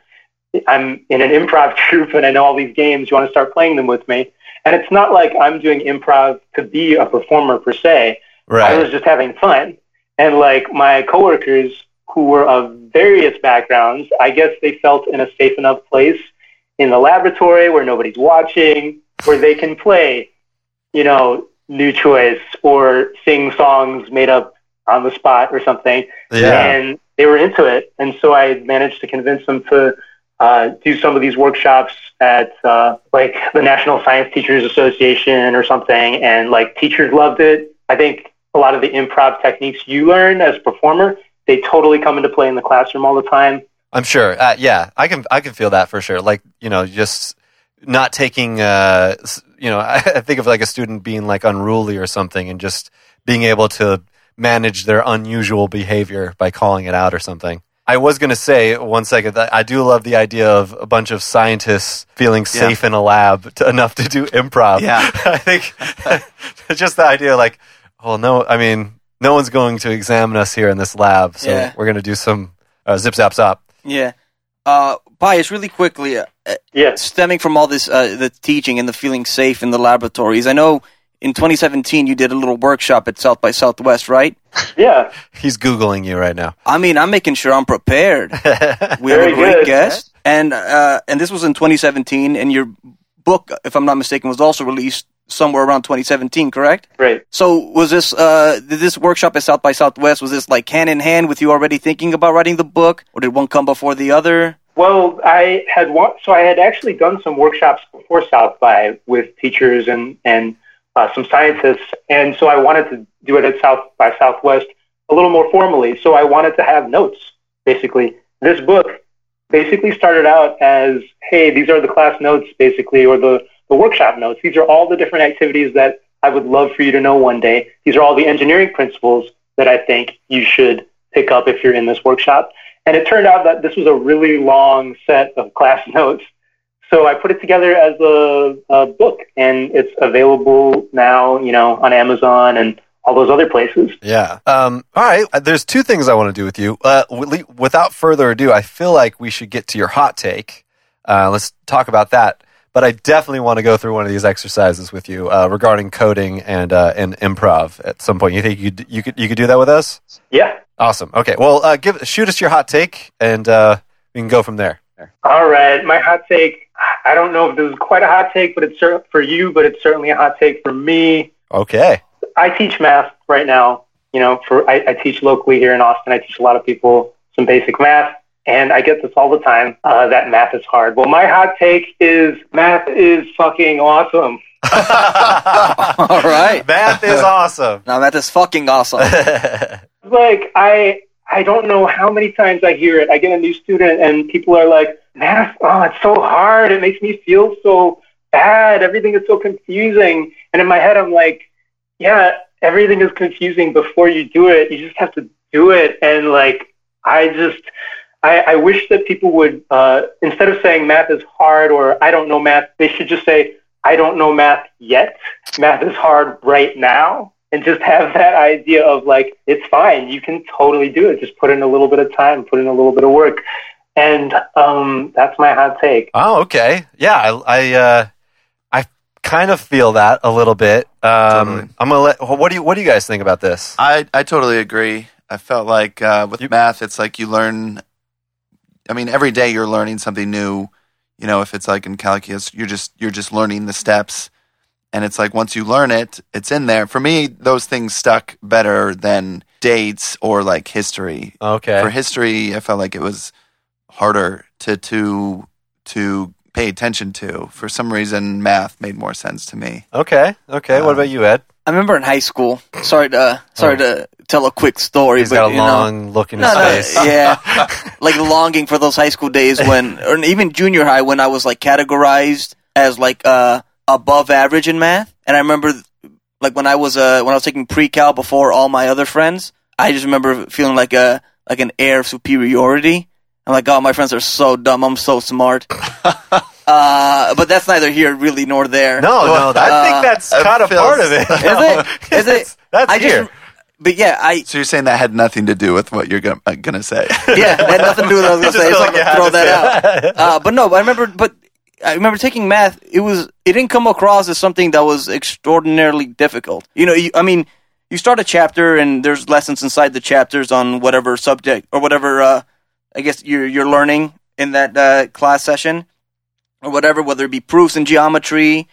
Speaker 5: I'm in an improv troupe, and I know all these games. You want to start playing them with me?" And it's not like I'm doing improv to be a performer per se. I was just having fun. And like my coworkers who were of various backgrounds, I guess they felt in a safe enough place in the laboratory where nobody's watching, where they can play, you know, new choice or sing songs made up on the spot or something.
Speaker 4: Yeah.
Speaker 5: And they were into it. And so I managed to convince them to uh, do some of these workshops at uh, like the National Science Teachers Association or something. And like teachers loved it. I think a lot of the improv techniques you learn as a performer, they totally come into play in the classroom all the time.
Speaker 4: I'm sure. Uh, yeah, I can. I can feel that for sure. Like you know, just not taking. Uh, s- you know, I, think of like a student being like unruly or something, and just being able to manage their unusual behavior by calling it out or something. I- I was going to say one second that I do love the idea of a bunch of scientists feeling
Speaker 3: Yeah.
Speaker 4: safe in a lab to, enough to do improv.
Speaker 3: Yeah.
Speaker 4: I think just the idea, like, well, no, I mean, no one's going to examine us here in this lab, so
Speaker 2: Yeah.
Speaker 4: we're going to do some uh, zip zap zap.
Speaker 2: Yeah. Uh, bias really quickly. Uh, uh,
Speaker 5: Yes.
Speaker 2: stemming from all this, uh, the teaching and the feeling safe in the laboratories. I know in 2017 you did a little workshop at South by Southwest, right?
Speaker 5: Yeah.
Speaker 4: He's googling you right now.
Speaker 2: I mean, I'm making sure I'm prepared. we have
Speaker 5: Very
Speaker 2: a great
Speaker 5: good.
Speaker 2: guest, and uh, and this was in 2017, and your book, if I'm not mistaken, was also released somewhere around 2017, correct?
Speaker 5: Right.
Speaker 2: So was this uh, did this workshop at South by Southwest was this like hand in hand with you already thinking about writing the book, or did one come before the other?
Speaker 5: Well, I had one, so I had actually done some workshops before South by with teachers and and uh, some scientists, and so I wanted to do it at South by Southwest a little more formally. So I wanted to have notes. Basically, this book basically started out as, hey, these are the class notes, basically, or the the workshop notes. These are all the different activities that I would love for you to know one day. These are all the engineering principles that I think you should pick up if you're in this workshop. And it turned out that this was a really long set of class notes. So I put it together as a, a book, and it's available now, you know, on Amazon and all those other places.
Speaker 4: Yeah. Um, all right. Uh, There's two things I want to do with you. Uh, wi- le- without further ado, I feel like we should get to your hot take. Uh, let's talk about that. But I definitely want to go through one of these exercises with you uh, regarding coding and uh, and improv at some point. You think you you could you could do that with us?
Speaker 5: Yeah.
Speaker 4: Awesome. Okay. Well, uh, give shoot us your hot take, and uh, we can go from there.
Speaker 5: All right. My hot take. I don't know if this is quite a hot take, but it's cer- for you, but it's certainly a hot take for me.
Speaker 4: Okay.
Speaker 5: I teach math right now. You know, for I, I teach locally here in Austin. I teach a lot of people some basic math, and I get this all the time uh, that math is hard. Well, my hot take is math is fucking awesome.
Speaker 2: All right.
Speaker 4: Math is awesome.
Speaker 2: Now that is fucking awesome.
Speaker 5: like I I don't know how many times I hear it. I get a new student and people are like, "Math, oh, it's so hard. It makes me feel so bad. Everything is so confusing." And in my head, I'm like, "Yeah, everything is confusing before you do it. You just have to do it." And like, I just I, I wish that people would uh, instead of saying math is hard or I don't know math, they should just say I don't know math yet. Math is hard right now. And just have that idea of like, it's fine. You can totally do it. Just put in a little bit of time, put in a little bit of work. And um, that's my hot take.
Speaker 4: Oh, okay. Yeah, I I, uh, I kind of feel that a little bit. Um,
Speaker 3: Totally.
Speaker 4: I'm gonna let. What do you What do you guys think about this?
Speaker 3: I, I totally agree. I felt like uh, with
Speaker 4: You-
Speaker 3: math, it's like you learn. I mean, every day you're learning something new. You know, if it's like in calculus, you're just you're just learning the steps, and it's like once you learn it, it's in there. For me, those things stuck better than dates or like history.
Speaker 4: Okay.
Speaker 3: For history, I felt like it was harder to to to pay attention to. For some reason, math made more sense to me.
Speaker 4: Okay. Okay. what
Speaker 3: Um,
Speaker 4: about you, Ed?
Speaker 2: I remember in high school. Sorry to uh, sorry to tell a quick story,
Speaker 4: He's
Speaker 2: but
Speaker 4: got a
Speaker 2: you know-
Speaker 4: long look in his
Speaker 2: No, no,
Speaker 4: face.
Speaker 2: yeah, like longing for those high school days when, or even junior high when I was like categorized as like uh, above average in math. And I remember, like when I was uh, when I was taking pre-cal before all my other friends, I just remember feeling like a like an air of superiority. I'm like, oh, my friends are so dumb. I'm so smart. uh, but that's neither here really nor there.
Speaker 4: No, no. that- I
Speaker 2: Uh,
Speaker 4: think that's
Speaker 3: it
Speaker 4: kind of
Speaker 3: feels-
Speaker 4: part of it.
Speaker 2: Is it? Is
Speaker 4: That's-
Speaker 2: it?
Speaker 4: That's
Speaker 2: I just-
Speaker 4: here.
Speaker 2: But yeah, I
Speaker 3: So you're saying that had nothing to do with what you're gonna, uh, gonna say?
Speaker 2: yeah, that had nothing to do with what I was
Speaker 4: Just
Speaker 2: gonna say. So
Speaker 4: feel like
Speaker 2: I'm
Speaker 4: you
Speaker 2: gonna
Speaker 4: had
Speaker 2: throw
Speaker 4: to say
Speaker 2: that out.
Speaker 4: that.
Speaker 2: Uh, but no, but I remember, but I remember taking math. It was it didn't come across as something that was extraordinarily difficult. You know, you, I mean, you start a chapter and there's lessons inside the chapters on whatever subject or whatever uh, I guess you're you're learning in that uh, class session or whatever, whether it be proofs in geometry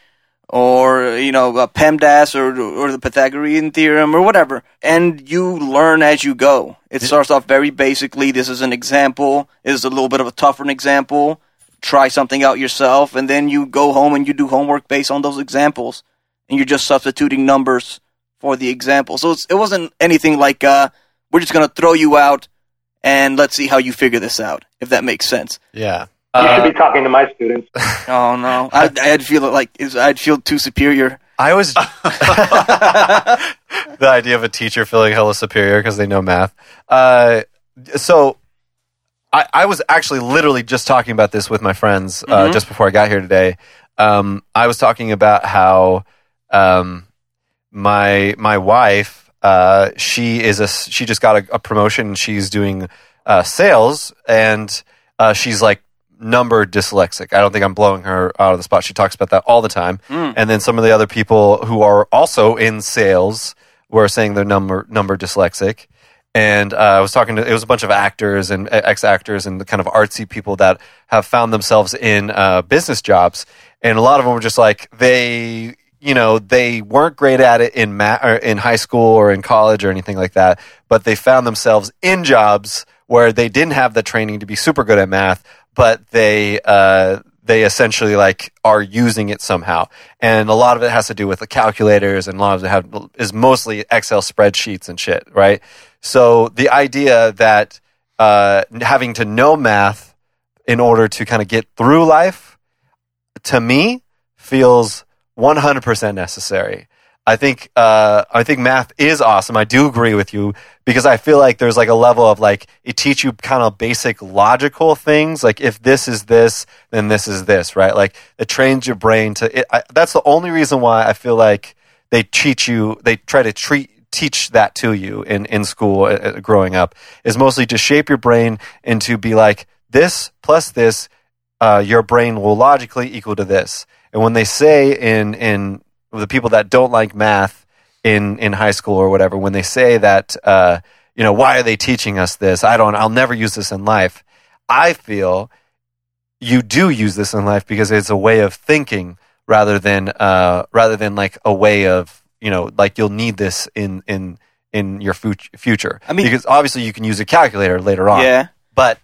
Speaker 2: or you know uh, PEMDAS or or the Pythagorean theorem or whatever, and you learn as you go. It starts off very basically. This is an example. This is a little bit of a tougher example. Try something out yourself, and then you go home and you do homework based on those examples, and you're just substituting numbers for the example. So it's, it wasn't anything like uh, we're just gonna throw you out and let's see how you figure this out. If that makes sense.
Speaker 4: yeah.
Speaker 5: You
Speaker 4: Uh,
Speaker 5: should be talking to my students.
Speaker 2: Oh no, I, I'd feel like I'd feel too superior.
Speaker 4: I was the idea of a teacher feeling hella superior because they know math. Uh, so I, I was actually literally just talking about this with my friends uh,
Speaker 2: Mhm.
Speaker 4: just before I got here today. Um, I was talking about how um, my my wife uh, she is a s- she just got a, a promotion. She's doing uh, sales and uh, she's like number dyslexic. I don't think I'm blowing her out of the spot. She talks about that all the time.
Speaker 2: Mm.
Speaker 4: And then some of the other people who are also in sales were saying they're number number dyslexic. And uh, I was talking to it was a bunch of actors and ex actors and the kind of artsy people that have found themselves in uh, business jobs, and a lot of them were just like they you know they weren't great at it in ma- or in high school or in college or anything like that, but they found themselves in jobs where they didn't have the training to be super good at math, but they uh, they essentially like are using it somehow. And a lot of it has to do with the calculators, and a lot of it have, is mostly Excel spreadsheets and shit, right? So the idea that uh, having to know math in order to kind of get through life, to me, feels 100% necessary. I think uh, I think math is awesome. I do agree with you because I feel like there's like a level of like it teach you kind of basic logical things like if this is this then this is this right like it trains your brain to it, I, that's the only reason why I feel like they teach you they try to treat teach that to you in in school uh, uh, growing up is mostly to shape your brain and to be like this plus this uh, your brain will logically equal to this and when they say in in the people that don't like math in in high school or whatever, when they say that uh, you know why are they teaching us this? I don't. I'll never use this in life. I feel you do use this in life because it's a way of thinking rather than uh, rather than like a way of you know like you'll need this in in in your fut- future.
Speaker 2: I mean-
Speaker 4: because obviously you can use a calculator later on.
Speaker 2: Yeah.
Speaker 4: but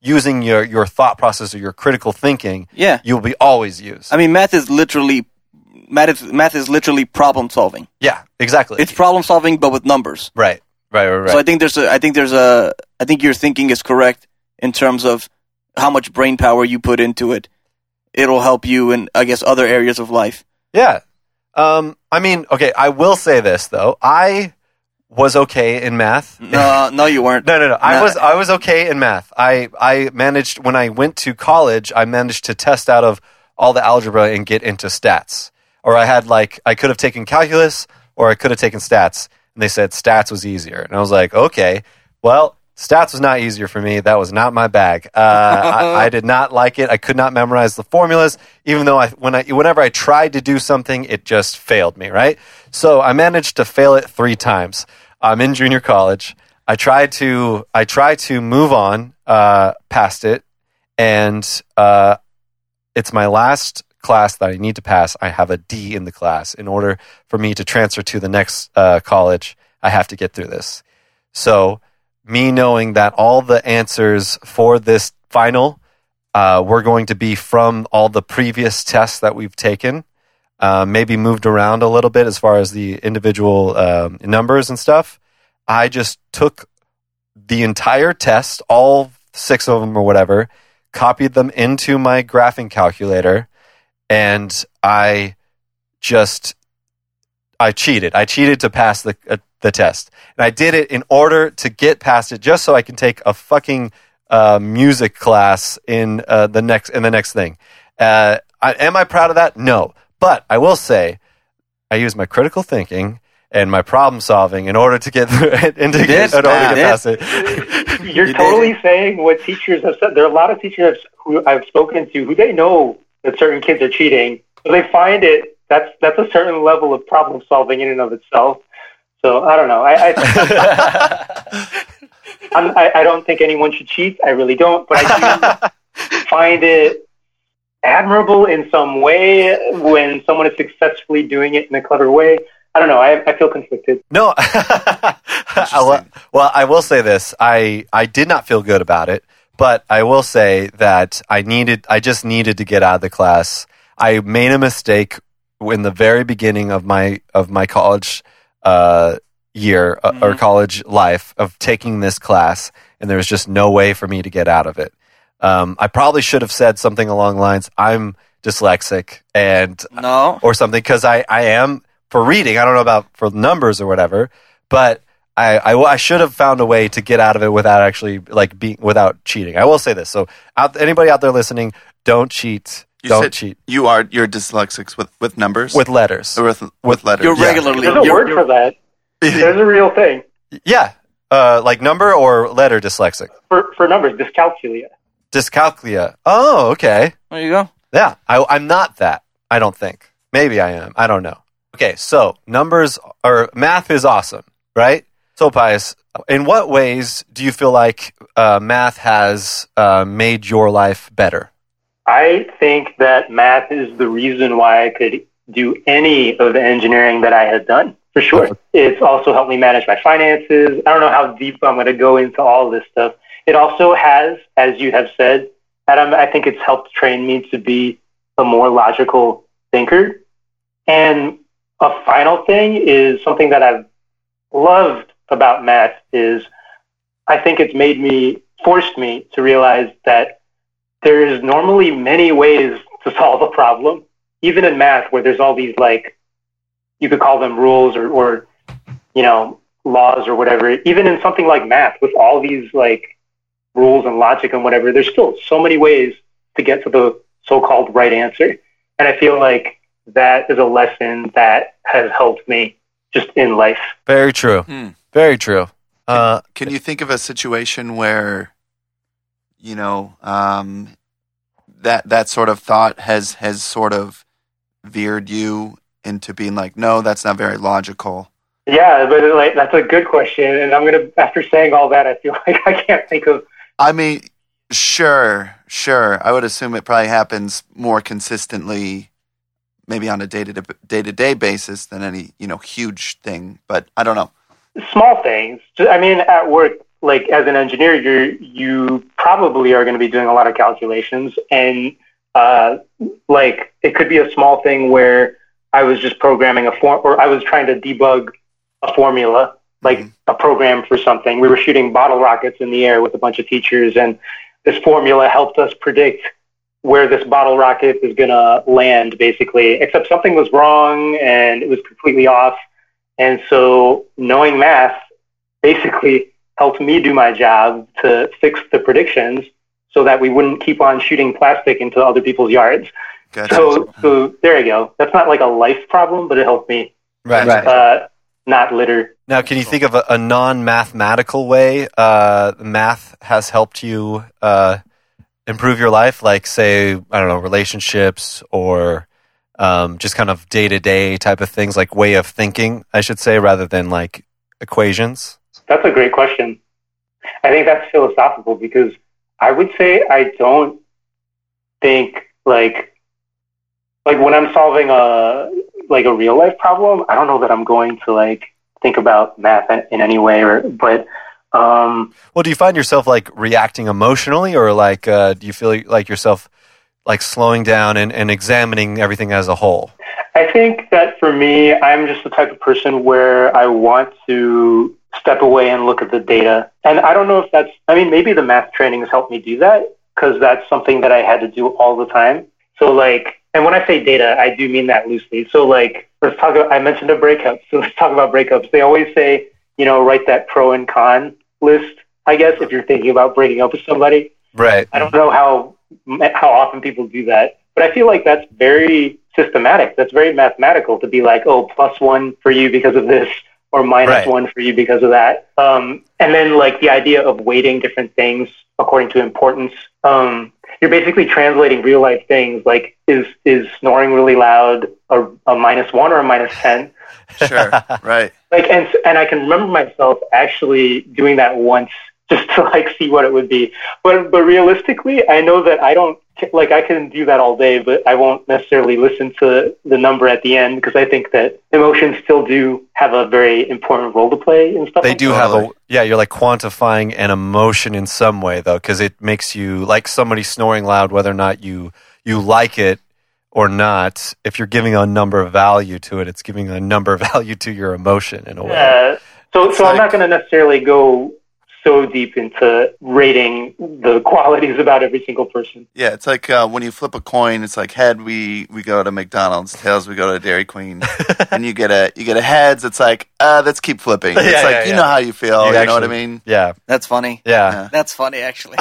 Speaker 4: using your your thought process or your critical thinking,
Speaker 2: Yeah.
Speaker 4: you'll be always used.
Speaker 2: I mean, math is literally math is, math is literally problem solving.
Speaker 4: yeah, exactly.
Speaker 2: It's problem solving, but with numbers.
Speaker 4: Right, right, right, right.
Speaker 2: So I think there's a I think there's a I think your thinking is correct in terms of how much brain power you put into it. It'll help you in I guess other areas of life.
Speaker 4: yeah. Um, I mean, okay, I will say this though. I was okay in math.
Speaker 2: No, no, you weren't.
Speaker 4: No, no, no. I
Speaker 2: No.
Speaker 4: was I was okay in math. I I managed when I went to college, I managed to test out of all the algebra and get into stats. Or I had like I could have taken calculus or I could have taken stats. And they said stats was easier. And I was like, okay, well, stats was not easier for me. That was not my bag. Uh, I, I did not like it. I could not memorize the formulas, even though I when I whenever I tried to do something, it just failed me, right? So I managed to fail it three times. I'm in junior college. I tried to I tried to move on uh, past it, and uh, it's my last class that I need to pass. I have a D in the class in order for me to transfer to the next uh, college. I have to get through this. So, me knowing that all the answers for this final uh, were going to be from all the previous tests that we've taken, uh, maybe moved around a little bit as far as the individual um, numbers and stuff. I just took the entire test, all six of them or whatever, copied them into my graphing calculator, and I just I cheated. I cheated to pass the uh, the test, and I did it in order to get past it, just so I can take a fucking uh, music class in uh, the next in the next thing. Uh, I, am I proud of that? No, but I will say I used my critical thinking and my problem solving in order to get through it and to
Speaker 2: did.
Speaker 4: get, in order
Speaker 2: You did.
Speaker 4: to get past it.
Speaker 5: You're
Speaker 2: You did
Speaker 5: totally saying what teachers have said. There are a lot of teachers who I've spoken to who they know that certain kids are cheating, but they find it that's that's a certain level of problem solving in and of itself. So I don't know. I I, I'm, I I don't think anyone should cheat. I really don't, but I do find it admirable in some way when someone is successfully doing it in a clever way. I don't know. I, I feel conflicted.
Speaker 4: No. I will- well, I will say this. I, I did not feel good about it, but I will say that I needed I just needed to get out of the class. I made a mistake in the very beginning of my of my college uh, year uh, or college life of taking this class, and there was just no way for me to get out of it. Um, I probably should have said something along the lines I'm dyslexic and
Speaker 2: No.
Speaker 4: or something because I, I am for reading. I don't know about for numbers or whatever, but I, I, I should have found a way to get out of it without actually like being without cheating. I will say this. So out, anybody out there listening, don't cheat.
Speaker 3: You
Speaker 4: don't
Speaker 3: said
Speaker 4: cheat
Speaker 3: You are you're dyslexics with with numbers
Speaker 4: with letters.
Speaker 3: Or with with, letters.
Speaker 2: You're regularly.
Speaker 5: There's a
Speaker 2: you're-
Speaker 5: word for that. There's a real thing
Speaker 4: Yeah, uh, like number or letter dyslexic.
Speaker 5: for, for numbers, dyscalculia.
Speaker 4: Dyscalculia. Oh, okay.
Speaker 2: There you go.
Speaker 4: Yeah, I, I'm not that. I don't think. Maybe I am. I don't know. Okay, so numbers or math is awesome, right? So, Pius, in what ways do you feel like uh, math has uh, made your life better?
Speaker 5: I think that math is the reason why I could do any of the engineering that I had done, for sure. It's also helped me manage my finances. I don't know how deep I'm going to go into all this stuff. It also has, as you have said, Adam, I think it's helped train me to be a more logical thinker. And a final thing is something that I've loved about math is I think it's made me, forced me to realize that there's normally many ways to solve a problem, even in math, where there's all these like you could call them rules or, or you know laws or whatever. Even in something like math, with all these like rules and logic and whatever, there's still so many ways to get to the so-called right answer. And I feel like that is a lesson that has helped me just in life.
Speaker 4: Very true.
Speaker 3: Hmm.
Speaker 4: Very true. Uh,
Speaker 3: Can you think of a situation where, you know, um, that that sort of thought has has sort of veered you into being like, no, that's not very logical.
Speaker 5: Yeah, but like that's a good question. And I'm gonna after saying all that, I feel like I can't think of
Speaker 3: I mean, sure, sure. I would assume it probably happens more consistently, maybe on a day to day to day basis than any you know huge thing. But I don't know.
Speaker 5: small things. Ju- I mean, at work, like as an engineer, you you probably are going to be doing a lot of calculations, and uh, like it could be a small thing where I was just programming a form, or I was trying to debug a formula, like
Speaker 3: Mhm.
Speaker 5: a program for something. We were shooting bottle rockets in the air with a bunch of teachers, and this formula helped us predict where this bottle rocket is going to land, basically. Except something was wrong, and it was completely off. And so knowing math basically helped me do my job to fix the predictions so that we wouldn't keep on shooting plastic into other people's yards.
Speaker 3: Gotcha.
Speaker 5: So, so there you go. That's not like a life problem, but it helped me
Speaker 4: right.
Speaker 3: Right.
Speaker 5: uh, not litter.
Speaker 4: Now, can you think of a, a non-mathematical way uh, math has helped you uh, improve your life? Like, say, I don't know, relationships or um, just kind of day-to-day type of things, like way of thinking, I should say, rather than like equations.
Speaker 5: That's a great question. I think that's philosophical because I would say I don't think like like when I'm solving a like a real life problem, I don't know that I'm going to like think about math in, in any way or but um
Speaker 4: Well, do you find yourself like reacting emotionally, or like uh, do you feel like yourself like slowing down and, and examining everything as a whole?
Speaker 5: I think that for me, I'm just the type of person where I want to step away and look at the data. And I don't know if that's, I mean, maybe the math training has helped me do that because that's something that I had to do all the time. So, like, and when I say data, I do mean that loosely. So, like, let's talk about, I mentioned a breakup. So, let's talk about breakups. They always say, you know, write that pro and con list, I guess, if you're thinking about breaking up with somebody.
Speaker 4: Right.
Speaker 5: I don't know how how often people do that, but I feel like that's very systematic. That's very mathematical to be like, oh, plus one for you because of this, or minus
Speaker 4: Right.
Speaker 5: one for you because of that. Um, and then like the idea of weighting different things according to importance. Um, you're basically translating real life things like is is snoring really loud a, a minus one or a minus ten?
Speaker 3: sure, right.
Speaker 5: like and and I can remember myself actually doing that once just to like see what it would be. But but realistically, I know that I don't like I can do that all day, but I won't necessarily listen to the number at the end because I think that emotions still do have a very important role to play in stuff.
Speaker 4: they
Speaker 5: like
Speaker 4: do
Speaker 5: that.
Speaker 4: have a
Speaker 3: Totally.
Speaker 4: yeah you're like quantifying an emotion in some way though because it makes you like somebody snoring loud whether or not you you like it or not if you're giving a number of value to it it's giving a number of value to your emotion in a way
Speaker 5: Yeah. So so I'm
Speaker 3: like-
Speaker 5: not going to necessarily go so deep into rating the qualities about every single person.
Speaker 3: Yeah, it's like uh, when you flip a coin. It's like head we we go to McDonald's, tails we go to Dairy Queen, and you get a you get a heads. It's like uh, let's keep flipping. It's
Speaker 4: Yeah,
Speaker 3: like
Speaker 4: yeah,
Speaker 3: you
Speaker 4: yeah.
Speaker 3: know how you feel. You,
Speaker 4: You
Speaker 3: know what I
Speaker 4: actually-
Speaker 3: mean?
Speaker 4: Yeah,
Speaker 2: That's funny.
Speaker 4: yeah.
Speaker 2: That's funny, actually.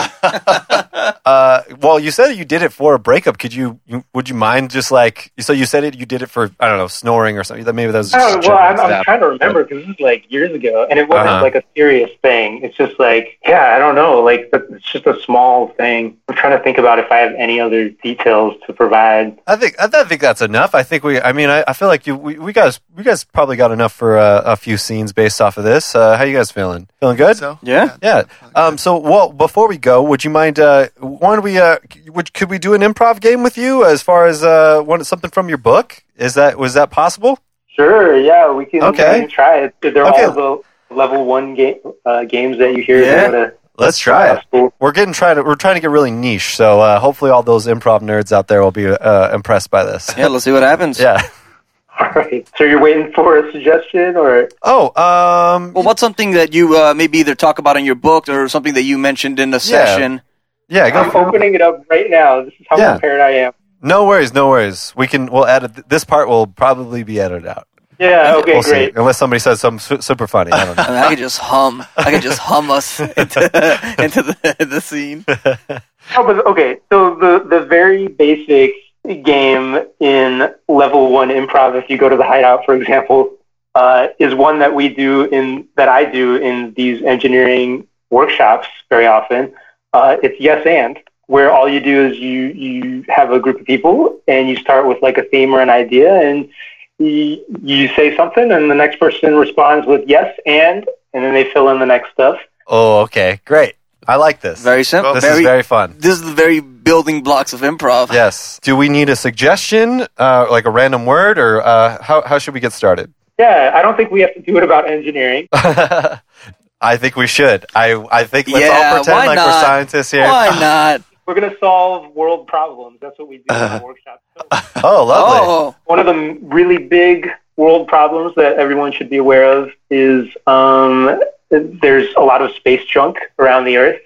Speaker 4: Uh, well, you said you did it for a breakup. Could you, you? Would you mind just like? So you said it. You did it for I don't know snoring or something. That maybe that was.
Speaker 5: Oh
Speaker 4: just
Speaker 5: well, I'm,
Speaker 4: general
Speaker 5: I'm
Speaker 4: stab.
Speaker 5: trying to remember because this is like years ago, and it wasn't
Speaker 4: Uh-huh.
Speaker 5: like a serious thing. It's just like, yeah, I don't know, like but it's just a small thing. I'm trying to think about if I have any other details to provide.
Speaker 4: I think I don't think that's enough. I think we. I mean, I, I feel like you. We, we guys. We guys probably got enough for uh, a few scenes based off of this. Uh, how you guys feeling? Feeling good?
Speaker 3: So
Speaker 2: Yeah.
Speaker 4: Yeah. Um, so, well, before we go, would you mind? Uh, why don't we? Uh, c- would, could we do an improv game with you? As far as uh, one, something from your book? Is that was that possible?
Speaker 5: Sure, yeah, we can,
Speaker 4: Okay.
Speaker 5: we can try it. They're
Speaker 4: Okay.
Speaker 5: all the level one game uh, games that you hear.
Speaker 2: Yeah.
Speaker 5: At a
Speaker 4: Let's try it.
Speaker 5: school.
Speaker 4: Uh, We're getting trying to. We're trying to get really niche. So uh, hopefully, all those improv nerds out there will be uh, impressed by this.
Speaker 2: Yeah, let's see what happens.
Speaker 4: Yeah.
Speaker 5: All right. So you're waiting for a suggestion, or
Speaker 4: Oh. Um.
Speaker 2: Well, what's something that you uh, maybe either talk about in your book or something that you mentioned in a session?
Speaker 4: yeah. Go
Speaker 5: I'm
Speaker 4: for it.
Speaker 5: opening it up right now. This is how
Speaker 4: Yeah.
Speaker 5: prepared I am.
Speaker 4: No worries. No worries. We can. We'll edit. This part will probably be edited out.
Speaker 5: Yeah. Okay.
Speaker 4: we'll
Speaker 5: great.
Speaker 4: see. Unless somebody says something su- super funny. I don't know.
Speaker 2: I, mean, I could just hum. I could just hum us into, into the, the scene.
Speaker 5: Oh, but okay. So the the very basic game in level one improv, if you go to the hideout, for example, uh, is one that we do in that I do in these engineering workshops very often. Uh, it's yes and where all you do is you you have a group of people and you start with like a theme or an idea and you, you say something and the next person responds with yes and and then they fill in the next stuff.
Speaker 4: Oh, okay. Great. I like this.
Speaker 2: Very simple.
Speaker 4: this
Speaker 2: very,
Speaker 4: is very fun.
Speaker 2: this is the very building blocks of improv.
Speaker 4: Yes. Do we need a suggestion, uh, like a random word, or uh, how, how should we get started?
Speaker 5: Yeah, I don't think we have to do it about engineering.
Speaker 4: I think we should. I, I think let's
Speaker 2: Yeah,
Speaker 4: all pretend
Speaker 2: why
Speaker 4: like we're
Speaker 2: not?
Speaker 4: scientists here.
Speaker 2: Why not?
Speaker 5: We're going to solve world problems. That's what we do in our workshops. So
Speaker 4: Oh, lovely.
Speaker 2: Oh,
Speaker 5: one of the really big world problems that everyone should be aware of is um, there's a lot of space junk around the Earth.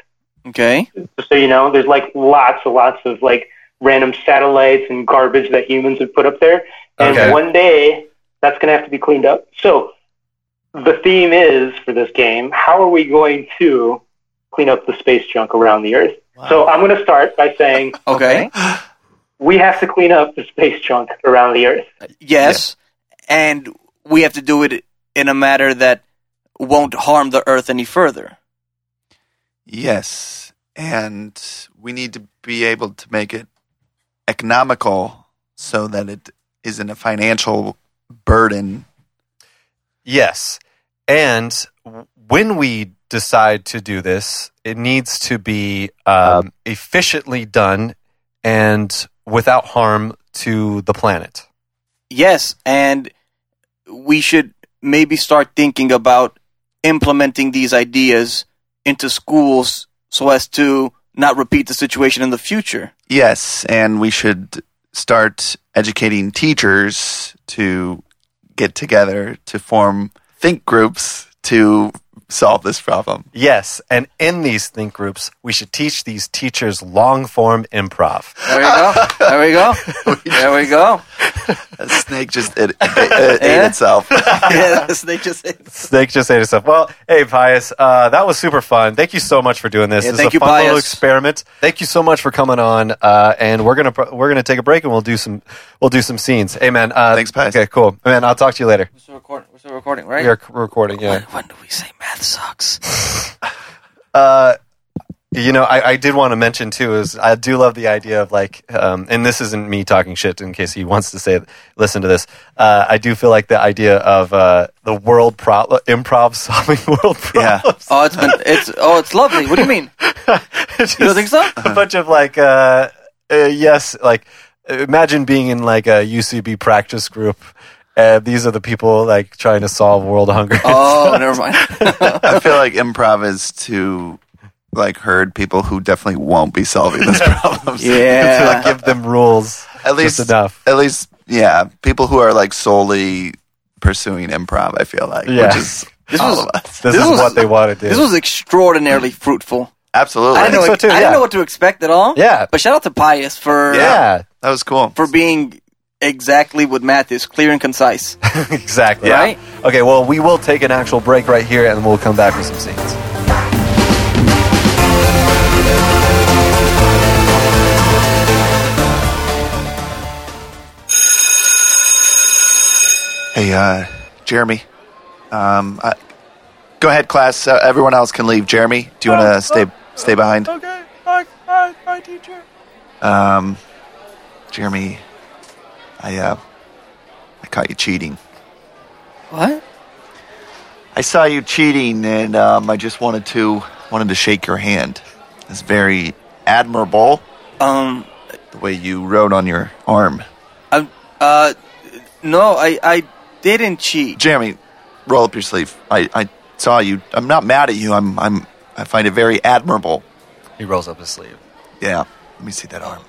Speaker 2: okay.
Speaker 5: Just so you know, there's like lots and lots of like random satellites and garbage that humans have put up there. And
Speaker 4: Okay.
Speaker 5: one day, that's going to have to be cleaned up. So the theme is for this game, how are we going to clean up the space junk around the Earth? So I'm going to start by saying
Speaker 2: Okay.
Speaker 5: we have to clean up the space junk around the Earth.
Speaker 2: Yes. And we have to do it in a manner that won't harm the earth any further.
Speaker 3: yes, and we need to be able to make it economical so that it isn't a financial burden.
Speaker 4: Yes. And when we decide to do this, it needs to be um, efficiently done and without harm to the planet.
Speaker 2: Yes, and we should maybe start thinking about implementing these ideas into schools so as to not repeat the situation in the future.
Speaker 3: Yes, and we should start educating teachers to get together to form think groups to solve this problem.
Speaker 4: Yes, and in these think groups, we should teach these teachers long form improv.
Speaker 2: There we go. There we go. There we go.
Speaker 3: A snake just it, it, it ate
Speaker 2: Yeah.
Speaker 3: itself.
Speaker 2: Yeah, that's- they just
Speaker 4: Snake just say to stuff. Well, hey, Pius, uh, that was super fun. Thank you so much for doing this.
Speaker 2: Yeah,
Speaker 4: this
Speaker 2: thank
Speaker 4: is a
Speaker 2: you,
Speaker 4: fun little
Speaker 2: Pius.
Speaker 4: experiment. Thank you so much for coming on. Uh, and we're gonna pro- we're gonna take a break and we'll do some we'll do some scenes. Hey, man. Uh,
Speaker 3: Thanks, Pius.
Speaker 4: Okay, cool. Man, I'll talk to you later.
Speaker 2: We're still recording. We're still recording, right?
Speaker 4: You're c- recording. Yeah.
Speaker 2: When do we say math sucks?
Speaker 4: Uh, you know, I, I did want to mention too is I do love the idea of like, um, and this isn't me talking shit. In case he wants to say, listen to this. Uh, I do feel like the idea of uh, the world pro- improv solving world
Speaker 3: Yeah.
Speaker 4: problems.
Speaker 2: Oh, it's been. It's oh, it's lovely. What do you mean?
Speaker 4: Just
Speaker 2: You don't think so?
Speaker 3: Uh-huh.
Speaker 4: A bunch of like, uh, uh, yes, like imagine being in like a UCB practice group. Uh, these are the people like trying to solve world hunger.
Speaker 2: Oh, never mind.
Speaker 3: I feel like improv is to like herd people who definitely won't be solving this problem.
Speaker 4: to like
Speaker 2: Yeah.
Speaker 4: give them rules.
Speaker 3: At least
Speaker 4: just enough.
Speaker 3: At least yeah, people who are like solely pursuing improv, I feel like,
Speaker 4: Yeah.
Speaker 3: which is
Speaker 2: This
Speaker 3: all
Speaker 2: was
Speaker 3: of us.
Speaker 4: This,
Speaker 2: This
Speaker 4: is
Speaker 2: was-
Speaker 4: what they want to do.
Speaker 2: this was extraordinarily fruitful.
Speaker 3: Absolutely.
Speaker 4: I
Speaker 2: I didn't
Speaker 4: think
Speaker 2: know,
Speaker 4: so too,
Speaker 2: I didn't
Speaker 4: yeah.
Speaker 2: know what to expect at all.
Speaker 4: Yeah.
Speaker 2: But shout out to Pius for
Speaker 4: yeah,
Speaker 3: that was cool.
Speaker 2: for being exactly what Matt is, clear and concise.
Speaker 4: exactly.
Speaker 3: Yeah.
Speaker 2: Right?
Speaker 4: Okay, well, we will take an actual break right here, and we'll come back with some scenes.
Speaker 3: Hey, uh, Jeremy. Um, I, go ahead, class. Uh, everyone else can leave. Jeremy, do you want to stay stay behind?
Speaker 4: Oh, Okay, hi, hi, hi, teacher.
Speaker 3: Um, Jeremy, I uh, I caught you cheating.
Speaker 2: What?
Speaker 3: I saw you cheating, and um, I just wanted to wanted to shake your hand. It's very admirable
Speaker 2: Um
Speaker 3: the way you wrote on your arm.
Speaker 2: I uh no, I I didn't cheat.
Speaker 3: Jeremy, roll up your sleeve. I, I saw you. I'm not mad at you. I'm I'm I find it very admirable.
Speaker 4: He rolls up his sleeve.
Speaker 3: Yeah. Let me see that arm.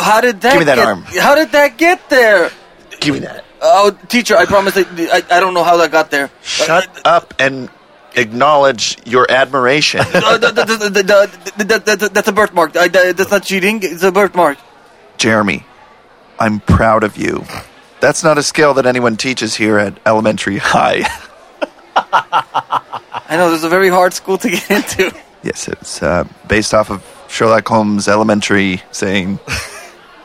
Speaker 2: How did that
Speaker 3: Give me that
Speaker 2: get,
Speaker 3: arm.
Speaker 2: How did that get there?
Speaker 3: Give me that.
Speaker 2: Oh, teacher, I promise I, I, I don't know how that got there.
Speaker 3: Shut up and acknowledge your admiration.
Speaker 2: Uh, th- th- th- th- th- th- th- th- th- That's a birthmark. I- th- That's not cheating. It's a birthmark.
Speaker 3: Jeremy, I'm proud of you. That's not a skill that anyone teaches here at elementary high.
Speaker 2: I know there's a very hard school to get into.
Speaker 3: yes, it's uh, based off of Sherlock Holmes' elementary saying.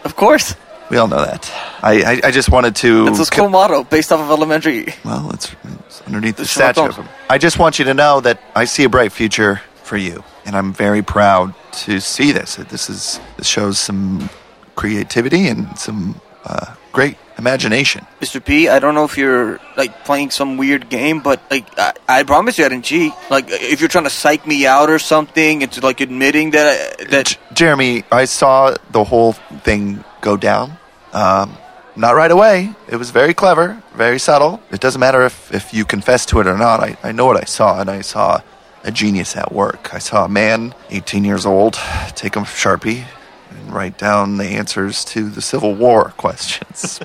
Speaker 2: Of course,
Speaker 3: We all know that. I, I, I just wanted to.
Speaker 2: that's a school motto based off of elementary.
Speaker 3: Well, it's, it's underneath the,
Speaker 2: The Sherlock
Speaker 3: statue of
Speaker 2: Holmes.
Speaker 3: him. I just want you to know that I see a bright future for you, and I'm very proud to see this. This is this shows some creativity and some uh, great imagination.
Speaker 2: Mr. P, I don't know if you're like playing some weird game, but like I, I promise you, I didn't cheat. Like if you're trying to psych me out or something, it's like admitting that I, that
Speaker 3: J- Jeremy, I saw the whole thing go down. Um, not right away. It was very clever, very subtle. It doesn't matter if, if you confess to it or not. I, I know what I saw, and I saw a genius at work. I saw a man, 18 years old, take a Sharpie and write down the answers to the Civil War questions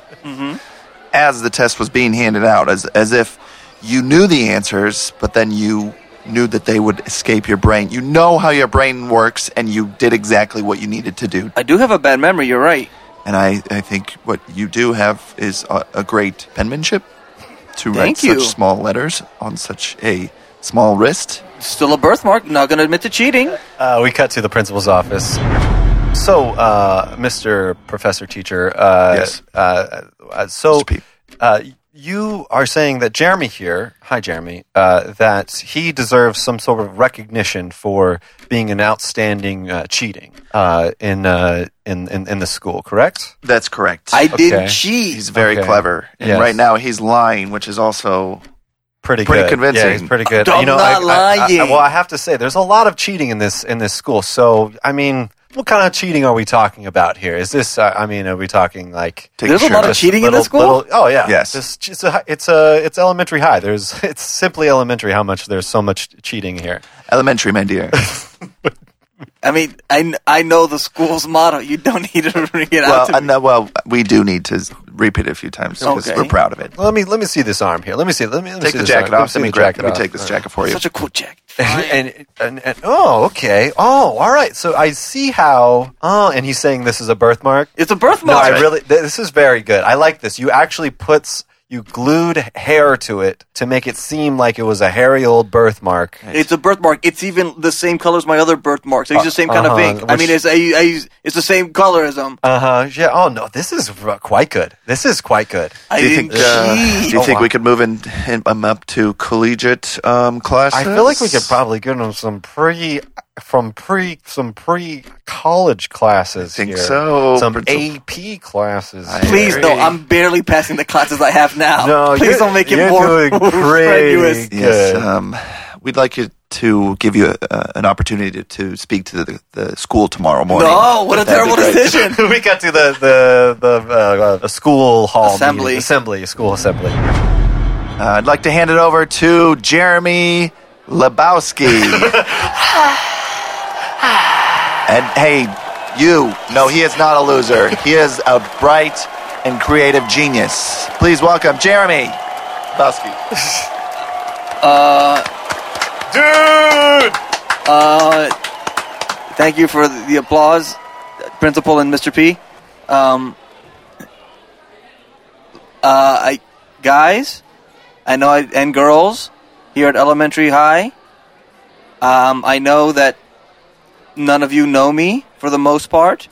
Speaker 3: as the test was being handed out, as, as if you knew the answers, but then you knew that they would escape your brain. You know how your brain works, and you did exactly what you needed to do.
Speaker 2: I do have a bad memory. You're right.
Speaker 3: And I, I think what you do have is a, a great penmanship to
Speaker 2: Thank
Speaker 3: write
Speaker 2: you.
Speaker 3: such small letters on such a small wrist.
Speaker 2: Still a birthmark. Not gonna admit to cheating.
Speaker 4: Uh, we cut to the principal's office. So, uh, Mr. Professor Teacher, uh,
Speaker 3: Yes.
Speaker 4: uh, uh, so
Speaker 3: Mr. P.
Speaker 4: uh, you are saying that Jeremy here, hi Jeremy, uh, that he deserves some sort of recognition for being an outstanding uh, cheating uh, in, uh, in in in the school, correct?
Speaker 3: That's correct.
Speaker 2: I
Speaker 4: Okay.
Speaker 2: didn't cheat.
Speaker 3: he's very
Speaker 4: Okay.
Speaker 3: clever. And
Speaker 4: Yes.
Speaker 3: right now he's lying, which is also
Speaker 4: pretty
Speaker 3: Pretty
Speaker 4: good.
Speaker 3: convincing.
Speaker 4: Yeah, he's pretty good.
Speaker 2: I'm
Speaker 4: you know,
Speaker 2: not
Speaker 4: I, I- I-
Speaker 2: lying.
Speaker 4: well, I have to say, there's a lot of cheating in this in this school. So, I mean, what kind of cheating are we talking about here? Is this? Uh, I mean, are we talking like
Speaker 3: take
Speaker 2: There's a
Speaker 3: your
Speaker 2: lot
Speaker 3: shirt
Speaker 2: of
Speaker 3: off.
Speaker 2: cheating in
Speaker 4: little-
Speaker 2: this school?
Speaker 4: little- oh yeah,
Speaker 3: Yes.
Speaker 4: It's, it's, a, hi- it's a it's elementary high. There's it's simply elementary how much there's so much cheating here.
Speaker 3: elementary, my dear.
Speaker 2: I mean, I, kn- I know the school's motto. You don't need to read it out
Speaker 3: well,
Speaker 2: to
Speaker 3: I
Speaker 2: me.
Speaker 3: know- well, we do need to repeat it a few times because
Speaker 2: Okay.
Speaker 3: we're proud of it.
Speaker 4: Let me let me see this arm here. Let me see. Let me, let me
Speaker 3: Take
Speaker 4: see
Speaker 3: the
Speaker 4: this arm.
Speaker 3: jacket
Speaker 4: Let
Speaker 3: off.
Speaker 4: see
Speaker 3: Let me
Speaker 4: the
Speaker 3: grab. Let me take
Speaker 4: All
Speaker 3: this
Speaker 4: right.
Speaker 3: jacket for you.
Speaker 2: Such a cool jacket.
Speaker 4: and, and, and oh okay oh all right so I see how oh and he's saying this is a birthmark
Speaker 2: It's a
Speaker 4: No,
Speaker 2: birthmark.
Speaker 4: I
Speaker 3: right.
Speaker 4: really. th- This is very good. I like this. You actually puts you glued hair to it to make it seem like it was a hairy old birthmark.
Speaker 2: It's a birthmark. It's even the same color as my other birthmark. So he's the same kind
Speaker 4: Uh-huh,
Speaker 2: of ink. I
Speaker 4: which-
Speaker 2: mean, it's I, I use- it's the same color as um, him.
Speaker 4: Uh huh. Yeah. Oh no. This is r- quite good. This is quite good.
Speaker 2: I
Speaker 3: do you
Speaker 2: didn't
Speaker 3: think? Uh, do
Speaker 2: cheat.
Speaker 3: you
Speaker 4: Oh,
Speaker 3: think
Speaker 4: wow.
Speaker 3: we could move in, in um, up to collegiate um, classes?
Speaker 4: I feel like we could probably give them some pre from pre some pre college classes.
Speaker 3: I think
Speaker 4: here.
Speaker 3: so,
Speaker 4: Some
Speaker 3: principal.
Speaker 4: AP classes.
Speaker 3: I-
Speaker 4: here.
Speaker 2: Please, no. I'm barely passing the classes I have now.
Speaker 4: No,
Speaker 2: Please
Speaker 4: you're-
Speaker 2: don't make it
Speaker 4: you're
Speaker 2: more
Speaker 4: doing pretty
Speaker 2: strenuous.
Speaker 3: Yes.
Speaker 4: good.
Speaker 3: Um, we'd like you to give you uh, an opportunity to, to speak to the, the school tomorrow morning.
Speaker 2: No, what a
Speaker 3: That'd be
Speaker 2: terrible
Speaker 3: great.
Speaker 2: decision.
Speaker 4: we got to the the the uh, uh, school hall
Speaker 2: Assembly.
Speaker 4: meeting. assembly school assembly.
Speaker 3: Uh, I'd like to hand it over to Jeremy Lebowski. and hey, you. No, he is not a loser. He is a bright and creative genius. Please welcome Jeremy Lebowski.
Speaker 2: Uh,
Speaker 4: Dude!
Speaker 2: uh, thank you for the applause, Principal and Mr. P. Um, uh, I, guys, I know, I, and girls here at elementary high. Um, I know that none of you know me for the most part.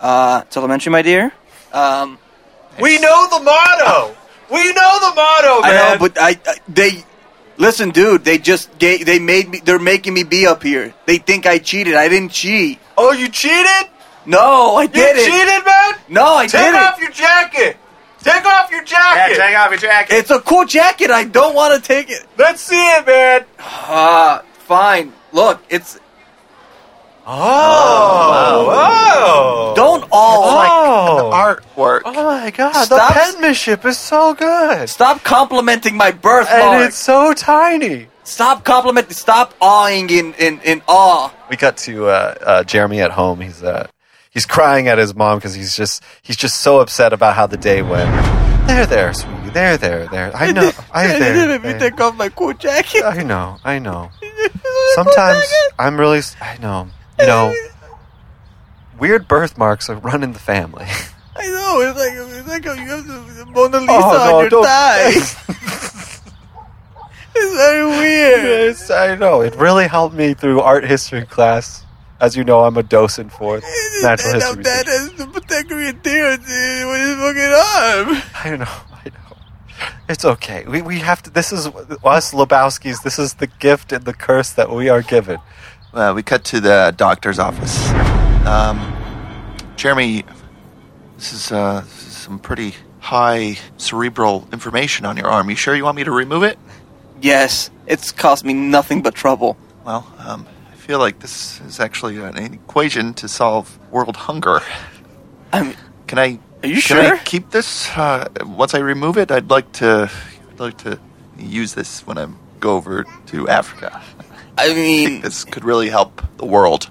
Speaker 2: Uh, it's elementary, my dear. Um,
Speaker 4: We know the motto! We know the
Speaker 2: I
Speaker 4: motto, Oh, man!
Speaker 2: know, but I, I they listen, dude. They just gave, they made me. They're making me be up here. They think I cheated. I didn't cheat.
Speaker 4: oh, you cheated?
Speaker 2: No, I
Speaker 4: You
Speaker 2: did it.
Speaker 4: cheated, man?
Speaker 2: No, I
Speaker 4: Take
Speaker 2: did
Speaker 4: off
Speaker 2: it.
Speaker 4: your jacket! Take off your jacket!
Speaker 3: off your jacket.
Speaker 2: It's a cool jacket. I don't want to take it.
Speaker 4: Let's see it, man!
Speaker 2: Ah, fine. Look, it's
Speaker 4: Oh! Whoa!
Speaker 2: don't all
Speaker 4: Oh!
Speaker 3: Artwork.
Speaker 4: Oh my god,
Speaker 2: Stop-
Speaker 4: the penmanship is so good.
Speaker 2: stop complimenting my birthmark.
Speaker 4: And it's so tiny.
Speaker 2: Stop complimenting. Stop awing in in in awe.
Speaker 4: We cut to uh, uh, Jeremy at home. He's uh, he's crying at his mom because he's just he's just so upset about how the day went. There, there, sweetie. There, there, there. I know. I
Speaker 2: didn't
Speaker 4: there,
Speaker 2: make me
Speaker 4: there.
Speaker 2: take off my cool jacket.
Speaker 4: I know. I know. Uh, Sometimes I'm really. s- I know. You know. Weird birthmarks are run in the family.
Speaker 2: I know. It's like it's like you have the, the Mona Lisa
Speaker 4: Oh, no,
Speaker 2: on your
Speaker 4: don't-
Speaker 2: thigh. it's very weird.
Speaker 4: Yes, I know. It really helped me through art history class. As you know, I'm a docent for natural
Speaker 2: And
Speaker 4: history.
Speaker 2: I'm dead
Speaker 4: student.
Speaker 2: as the Pythagorean theorem dude, with his eh, fucking arm.
Speaker 4: I know, I know. It's okay. We, we have to. This is us Lebowski's. This is the gift and the curse that we are given.
Speaker 3: Uh, we cut to the doctor's office. Um, Jeremy, this is, uh, this is some pretty high cerebral information on your arm. You sure you want me to remove it?
Speaker 2: Yes, it's cost me nothing but trouble.
Speaker 3: Well, um, I feel like this is actually an equation to solve world hunger.
Speaker 2: I mean,
Speaker 3: Can I?
Speaker 2: Are you
Speaker 3: can
Speaker 2: sure?
Speaker 3: I keep this? Uh, once I remove it, I'd like to. I'd like to use this when I go over to Africa.
Speaker 2: I
Speaker 3: I
Speaker 2: mean,
Speaker 3: think this could really help the world.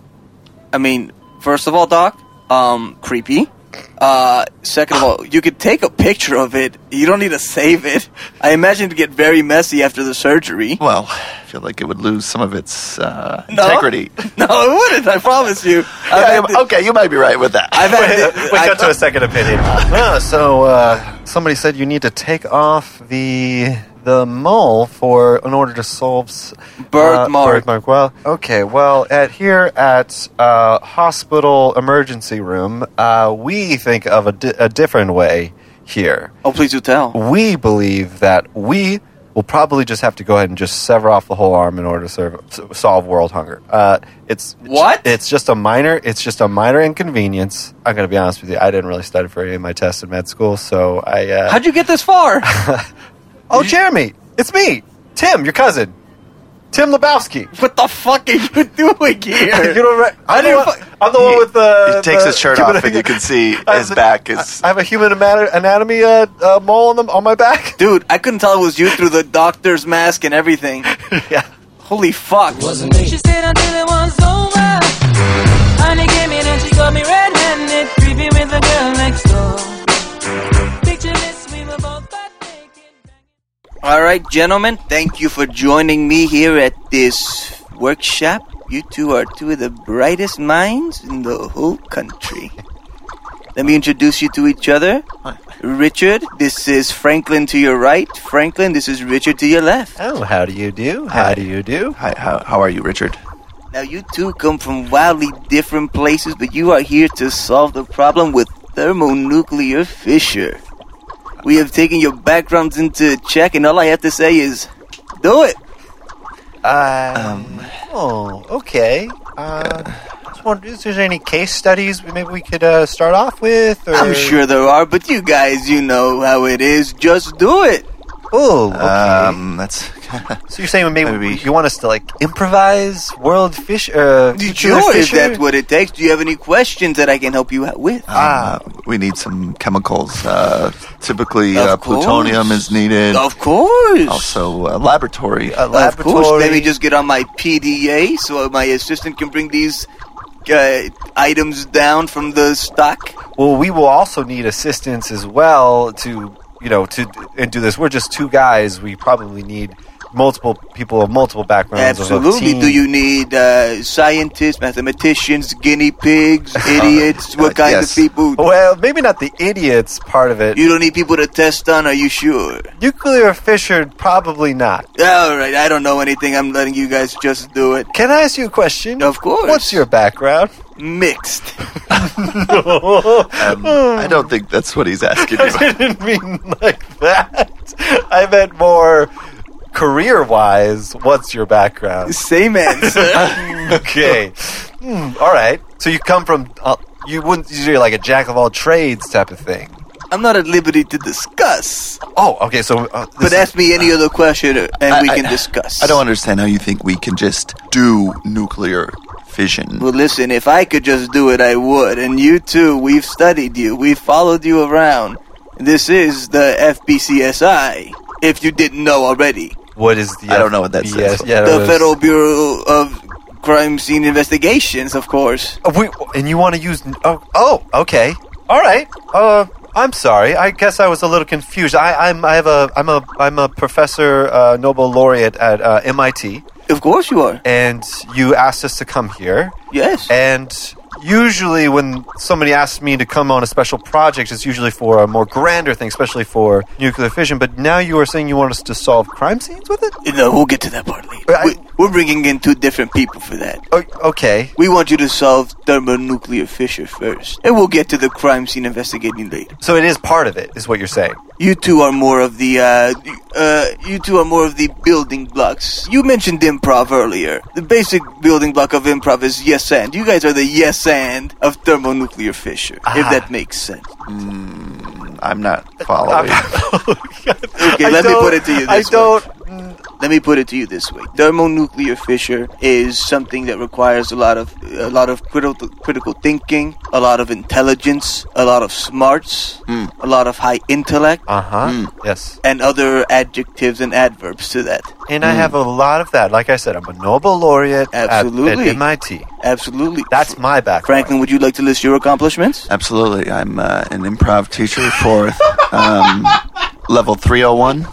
Speaker 2: I mean. First of all, Doc, um, creepy. Uh, second of all, you could take a picture of it. You don't need to save it. I imagine it get very messy after the surgery.
Speaker 3: Well, I feel like it would lose some of its uh,
Speaker 2: No.
Speaker 3: integrity.
Speaker 2: No, it wouldn't. I promise you. I've
Speaker 3: Yeah,
Speaker 2: had thi-
Speaker 3: okay, you might be right with that.
Speaker 2: I've had thi-
Speaker 4: we
Speaker 2: I-
Speaker 4: cut to a second opinion. Ah, so uh, somebody said you need to take off the the mole for in order to solve s-
Speaker 2: Birthmark.
Speaker 4: Uh, birthmark. Well, okay. Well, at here at uh, hospital emergency room, uh, we think of a, di- a different way here.
Speaker 2: Oh, please do tell.
Speaker 4: we believe that we will probably just have to go ahead and just sever off the whole arm in order to serve, s- solve world hunger. Uh, it's
Speaker 2: What?
Speaker 4: It's just a minor. It's just a minor inconvenience. I'm going to be honest with you. I didn't really study for any of my tests in med school, so I. Uh,
Speaker 2: How'd you get this far?
Speaker 4: oh, Jeremy, it's me, Tim, your cousin, Tim Lebowski.
Speaker 2: what the fuck are you doing
Speaker 4: you
Speaker 2: here?
Speaker 4: don't. Re- I'm, the
Speaker 2: didn't
Speaker 4: one,
Speaker 2: fu-
Speaker 4: I'm the one with the.
Speaker 3: he takes
Speaker 4: the
Speaker 3: his shirt
Speaker 4: human-
Speaker 3: off, and you can see
Speaker 4: I
Speaker 3: his
Speaker 4: have-
Speaker 3: back is.
Speaker 4: I have a human anat- anatomy uh, uh, mole on, the, on my back.
Speaker 2: Dude, I couldn't tell it was you through the doctor's mask and everything.
Speaker 4: yeah.
Speaker 2: Holy fuck.
Speaker 6: She said until it was over. Honey came in and she got me red-handed, creepy with the girl next door. Picture this, we were both butt naked.
Speaker 2: All right, gentlemen, thank you for joining me here at this workshop. You two are two of the brightest minds in the whole country. Let me introduce you to each other. Richard, this is Franklin to your right. Franklin, this is Richard to your left.
Speaker 4: Oh, how do you do? How
Speaker 3: Hi.
Speaker 4: do you do?
Speaker 3: Hi, how, how are you, Richard?
Speaker 2: Now, you two come from wildly different places, but you are here to solve the problem with thermonuclear fissure. We have taken your backgrounds into check, and all I have to say is, do it.
Speaker 4: Um, oh, okay. Uh, just wonder, is there any case studies we- maybe we could uh, start off with? Or?
Speaker 2: I'm sure there are, but you guys, you know how it is. Just do it.
Speaker 4: Oh, okay.
Speaker 3: Um, that's.
Speaker 4: so you're saying maybe,
Speaker 3: maybe-
Speaker 4: you want us to like improvise world fish? Uh, future
Speaker 2: Sure, if
Speaker 4: fisher?
Speaker 2: that's what it takes. Do you have any questions that I can help you out with?
Speaker 3: Uh, we need some chemicals. Uh,
Speaker 2: Of
Speaker 3: typically, uh,
Speaker 2: course.
Speaker 3: plutonium is needed.
Speaker 2: Of course.
Speaker 3: Also, uh, laboratory.
Speaker 4: A
Speaker 2: Of
Speaker 4: laboratory.
Speaker 2: course. Let me just get on my PDA so my assistant can bring these uh, items down from the stock.
Speaker 4: Well, we will also need assistance as well to you know to and do this. We're just two guys. We probably need multiple people of multiple backgrounds. of a
Speaker 2: Absolutely.
Speaker 4: team.
Speaker 2: Do you need uh, scientists, mathematicians, guinea pigs, idiots? What kind
Speaker 3: yes.
Speaker 2: of people?
Speaker 4: Well, maybe not the idiots part of it.
Speaker 2: You don't need people to test on. Are you sure?
Speaker 4: Nuclear fissured, probably not.
Speaker 2: All right. I don't know anything. I'm letting you guys just do it.
Speaker 4: Can I ask you a question?
Speaker 2: Of course.
Speaker 4: What's your background?
Speaker 2: mixed?
Speaker 3: Um, I don't think that's what he's asking you.
Speaker 4: I didn't mean like that. I meant more career-wise. What's your background?
Speaker 2: Same answer.
Speaker 4: okay. Hmm, all right. So you come from uh, you wouldn't you're like a jack of all trades type of thing.
Speaker 2: I'm not at liberty to discuss.
Speaker 4: Oh, okay. So uh, this
Speaker 2: But
Speaker 4: is-
Speaker 2: ask me any other question, and we
Speaker 3: I-
Speaker 2: can discuss.
Speaker 3: I don't understand how you think we can just do nuclear fission.
Speaker 2: Well, listen, if I could just do it, I would. And you too, we've studied you, we've followed you around. This is the FBCSI, if you didn't know already.
Speaker 4: what is the
Speaker 3: I don't know what that says.
Speaker 4: Yeah,
Speaker 2: the
Speaker 4: it was-
Speaker 2: Federal Bureau of Crime Scene Investigations, of course.
Speaker 4: Oh, wait, and you want to use? Oh, oh, okay. All right. Uh, I'm sorry. I guess I was a little confused. I, I'm, I have a, I'm a, I'm a professor, uh, Nobel laureate at uh, MIT,
Speaker 2: Of course you are.
Speaker 4: and you asked us to come here.
Speaker 2: Yes.
Speaker 4: And usually, when somebody asks me to come on a special project, it's usually for a more grander thing, especially for nuclear fission. But now you are saying you want us to solve crime scenes with it?
Speaker 2: No, we'll get to that part later.
Speaker 4: But I-
Speaker 2: We- We're bringing in two different people for that.
Speaker 4: O- Oh, okay.
Speaker 2: We want you to solve thermonuclear fissure first, and we'll get to the crime scene investigating later.
Speaker 4: So it is part of it, is what you're saying.
Speaker 2: You two are more of the uh, uh, you two are more of the building blocks. You mentioned improv earlier. The basic building block of improv is yes and. You guys are the yes and of thermonuclear fissure, if
Speaker 4: Ah.
Speaker 2: that makes sense.
Speaker 3: I'm not following.
Speaker 2: Okay,
Speaker 4: I
Speaker 2: let me
Speaker 4: don't-
Speaker 2: put it to you
Speaker 4: I
Speaker 2: this way.
Speaker 4: don't.
Speaker 2: Let me put it to you this way: thermonuclear fissure is something that requires a lot of a lot of critical critical thinking, a lot of intelligence, a lot of smarts, a lot of high intellect,
Speaker 4: Hmm. Uh huh. Yes.
Speaker 2: and other adjectives and adverbs to that.
Speaker 4: And I have a lot of that. Like I said, I'm a Nobel laureate at-
Speaker 2: Absolutely.
Speaker 4: at MIT.
Speaker 2: Absolutely.
Speaker 4: That's my background.
Speaker 2: Franklin. Would you like to list your accomplishments?
Speaker 3: Absolutely. I'm uh, an improv teacher for um, level 301.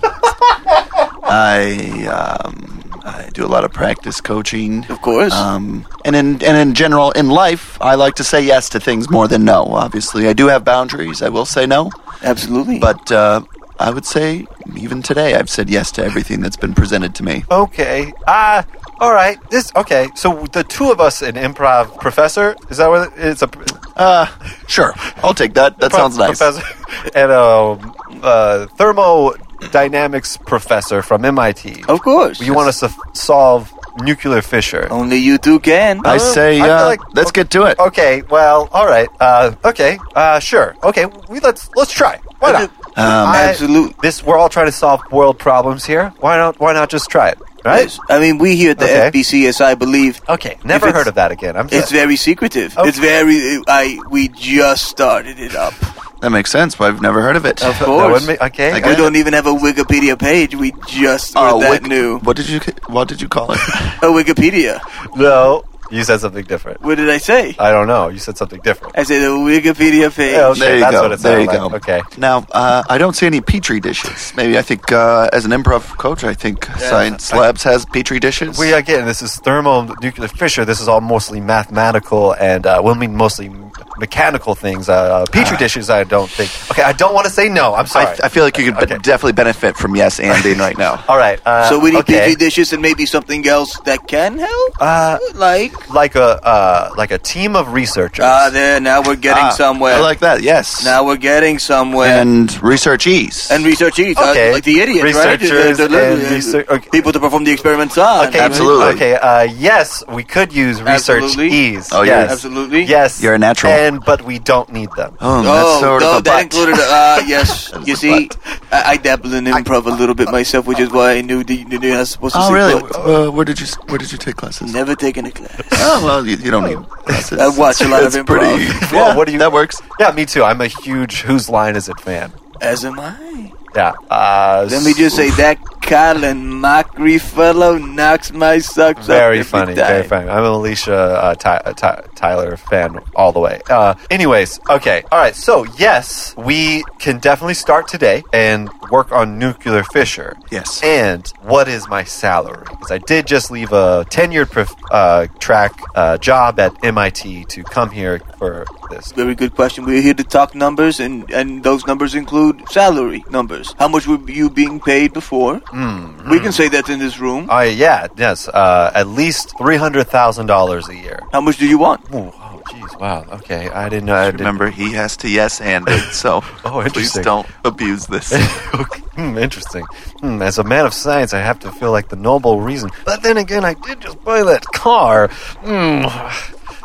Speaker 3: I, um, I do a lot of practice coaching.
Speaker 2: Of course.
Speaker 4: Uh,
Speaker 3: Um, and in and in general, in life, I like to say yes to things more than no. Obviously, I do have boundaries. I will say no,
Speaker 2: Absolutely.
Speaker 3: but uh, I would say even today, I've said yes to everything that's been presented to me.
Speaker 4: Okay. Ah. all right. This. Okay. So the two of us, an improv professor. Is that what it- it's a?
Speaker 3: Uh, sure, I'll take that. That sounds nice.
Speaker 4: Professor and a, uh thermodynamics professor from MIT.
Speaker 2: of course.
Speaker 4: You want us to f- solve nuclear fissure?
Speaker 2: Only you two can.
Speaker 3: I
Speaker 4: Uh,
Speaker 3: say,
Speaker 4: I feel
Speaker 3: uh,
Speaker 4: like-
Speaker 3: let's get to it.
Speaker 4: Okay. Well. All right. Uh, okay. Uh, sure. Okay. We let's let's try. Why not?
Speaker 3: Um,
Speaker 4: I-
Speaker 2: Absolutely.
Speaker 4: This we're all trying to solve world problems here. Why not? Why not just try it? Right?
Speaker 2: Yes. I mean, we here at the
Speaker 4: Okay.
Speaker 2: FBCSI believe
Speaker 4: Okay. Never
Speaker 2: it's-
Speaker 4: heard of that again. I'm
Speaker 2: it's
Speaker 4: just,
Speaker 2: very secretive.
Speaker 4: Okay.
Speaker 2: It's very. I we just started it up.
Speaker 3: that makes sense. But I've never heard of it.
Speaker 2: Of
Speaker 4: that
Speaker 2: course.
Speaker 4: would make- okay.
Speaker 3: Like,
Speaker 2: We don't even have a Wikipedia page. We just are
Speaker 4: Ah,
Speaker 3: Uh,
Speaker 2: that
Speaker 3: Wik-
Speaker 2: new.
Speaker 3: What did you What did you call it?
Speaker 2: A Wikipedia.
Speaker 4: no. You said something different.
Speaker 2: What did I say?
Speaker 4: I don't know. You said something different.
Speaker 2: I said a Wikipedia page.
Speaker 4: Yeah, okay.
Speaker 3: there you
Speaker 4: that's
Speaker 3: go.
Speaker 4: what it
Speaker 3: there you
Speaker 4: sounded
Speaker 3: go.
Speaker 4: like. Okay.
Speaker 3: Now uh, I don't see any petri dishes. Maybe I think uh, as an improv coach, I think science labs has petri dishes.
Speaker 4: We again. This is thermonuclear fissure. This is all mostly mathematical and uh, will mean mostly m- mechanical things. Uh, petri dishes. I don't think. Okay. I don't want to say no. I'm sorry.
Speaker 3: Ah. I, I feel like you could be- definitely benefit from yes anding right now.
Speaker 4: all right. Uh,
Speaker 2: so we need
Speaker 4: okay.
Speaker 2: PG dishes and maybe something else that can help.
Speaker 4: Uh,
Speaker 2: like
Speaker 4: like a uh, like a team of researchers.
Speaker 2: ah, there. Now we're getting
Speaker 3: Ah,
Speaker 2: somewhere.
Speaker 3: I like that. Yes.
Speaker 2: now we're getting somewhere. And,
Speaker 3: and research ease.
Speaker 2: research ease. uh,
Speaker 4: Okay.
Speaker 2: like the idiots, right?
Speaker 4: Researchers
Speaker 2: They're- they're-
Speaker 4: and research- okay.
Speaker 2: People to perform the experiments on.
Speaker 4: Okay,
Speaker 3: Absolutely.
Speaker 4: Okay, uh, yes, we could use research
Speaker 2: Absolutely.
Speaker 4: ease.
Speaker 3: Oh, yeah.
Speaker 4: yes.
Speaker 2: Absolutely.
Speaker 4: Yes.
Speaker 3: You're a natural.
Speaker 4: And but we don't need them.
Speaker 3: oh,
Speaker 2: Oh,
Speaker 3: that's sort
Speaker 2: no,
Speaker 3: of a
Speaker 2: that
Speaker 3: butt.
Speaker 2: included. Uh, yes, you
Speaker 3: was a
Speaker 2: see, I, I dabble in improv a little bit myself, which is why I knew that you knew you're not supposed to.
Speaker 3: Oh
Speaker 2: say
Speaker 3: really?
Speaker 2: butt.
Speaker 3: Uh, where did you Where did you take classes?
Speaker 2: Never taken a class.
Speaker 3: Oh well, you, you don't need classes.
Speaker 2: I watch a lot of
Speaker 3: It's
Speaker 2: improv.
Speaker 3: pretty-
Speaker 4: Well, what do you-
Speaker 3: That works.
Speaker 4: Yeah, me too. I'm a huge Whose Line Is It fan.
Speaker 2: As am I.
Speaker 4: Yeah. Uh,
Speaker 2: Let me just say that Colin mockery fellow knocks my socks
Speaker 4: Very
Speaker 2: off every
Speaker 4: funny,
Speaker 2: time.
Speaker 4: very funny. I'm an Alicia uh, Ty- uh, Ty- Tyler fan all the way. Uh, anyways, okay, all right. So yes, we can definitely start today and work on nuclear fissure.
Speaker 3: Yes.
Speaker 4: And what is my salary? Because I did just leave a tenured prof- uh, track uh, job at MIT to come here for this.
Speaker 2: Very good question. We're here to talk numbers, and, and those numbers include salary numbers. How much were you being paid before?
Speaker 3: Mm-hmm.
Speaker 2: We can say that in this room.
Speaker 4: Oh yeah, yes. Uh, at least three hundred thousand dollars a year.
Speaker 2: How much do you want?
Speaker 4: Ooh, oh, jeez, wow. Okay, I didn't know. I didn't-
Speaker 3: Remember, he has to yes and it, so
Speaker 4: Oh,
Speaker 3: please
Speaker 4: interesting.
Speaker 3: don't abuse this.
Speaker 4: Okay, hmm, interesting. Hmm, as a man of science, I have to feel like the noble reason. But then again, I did just buy that car. Hmm.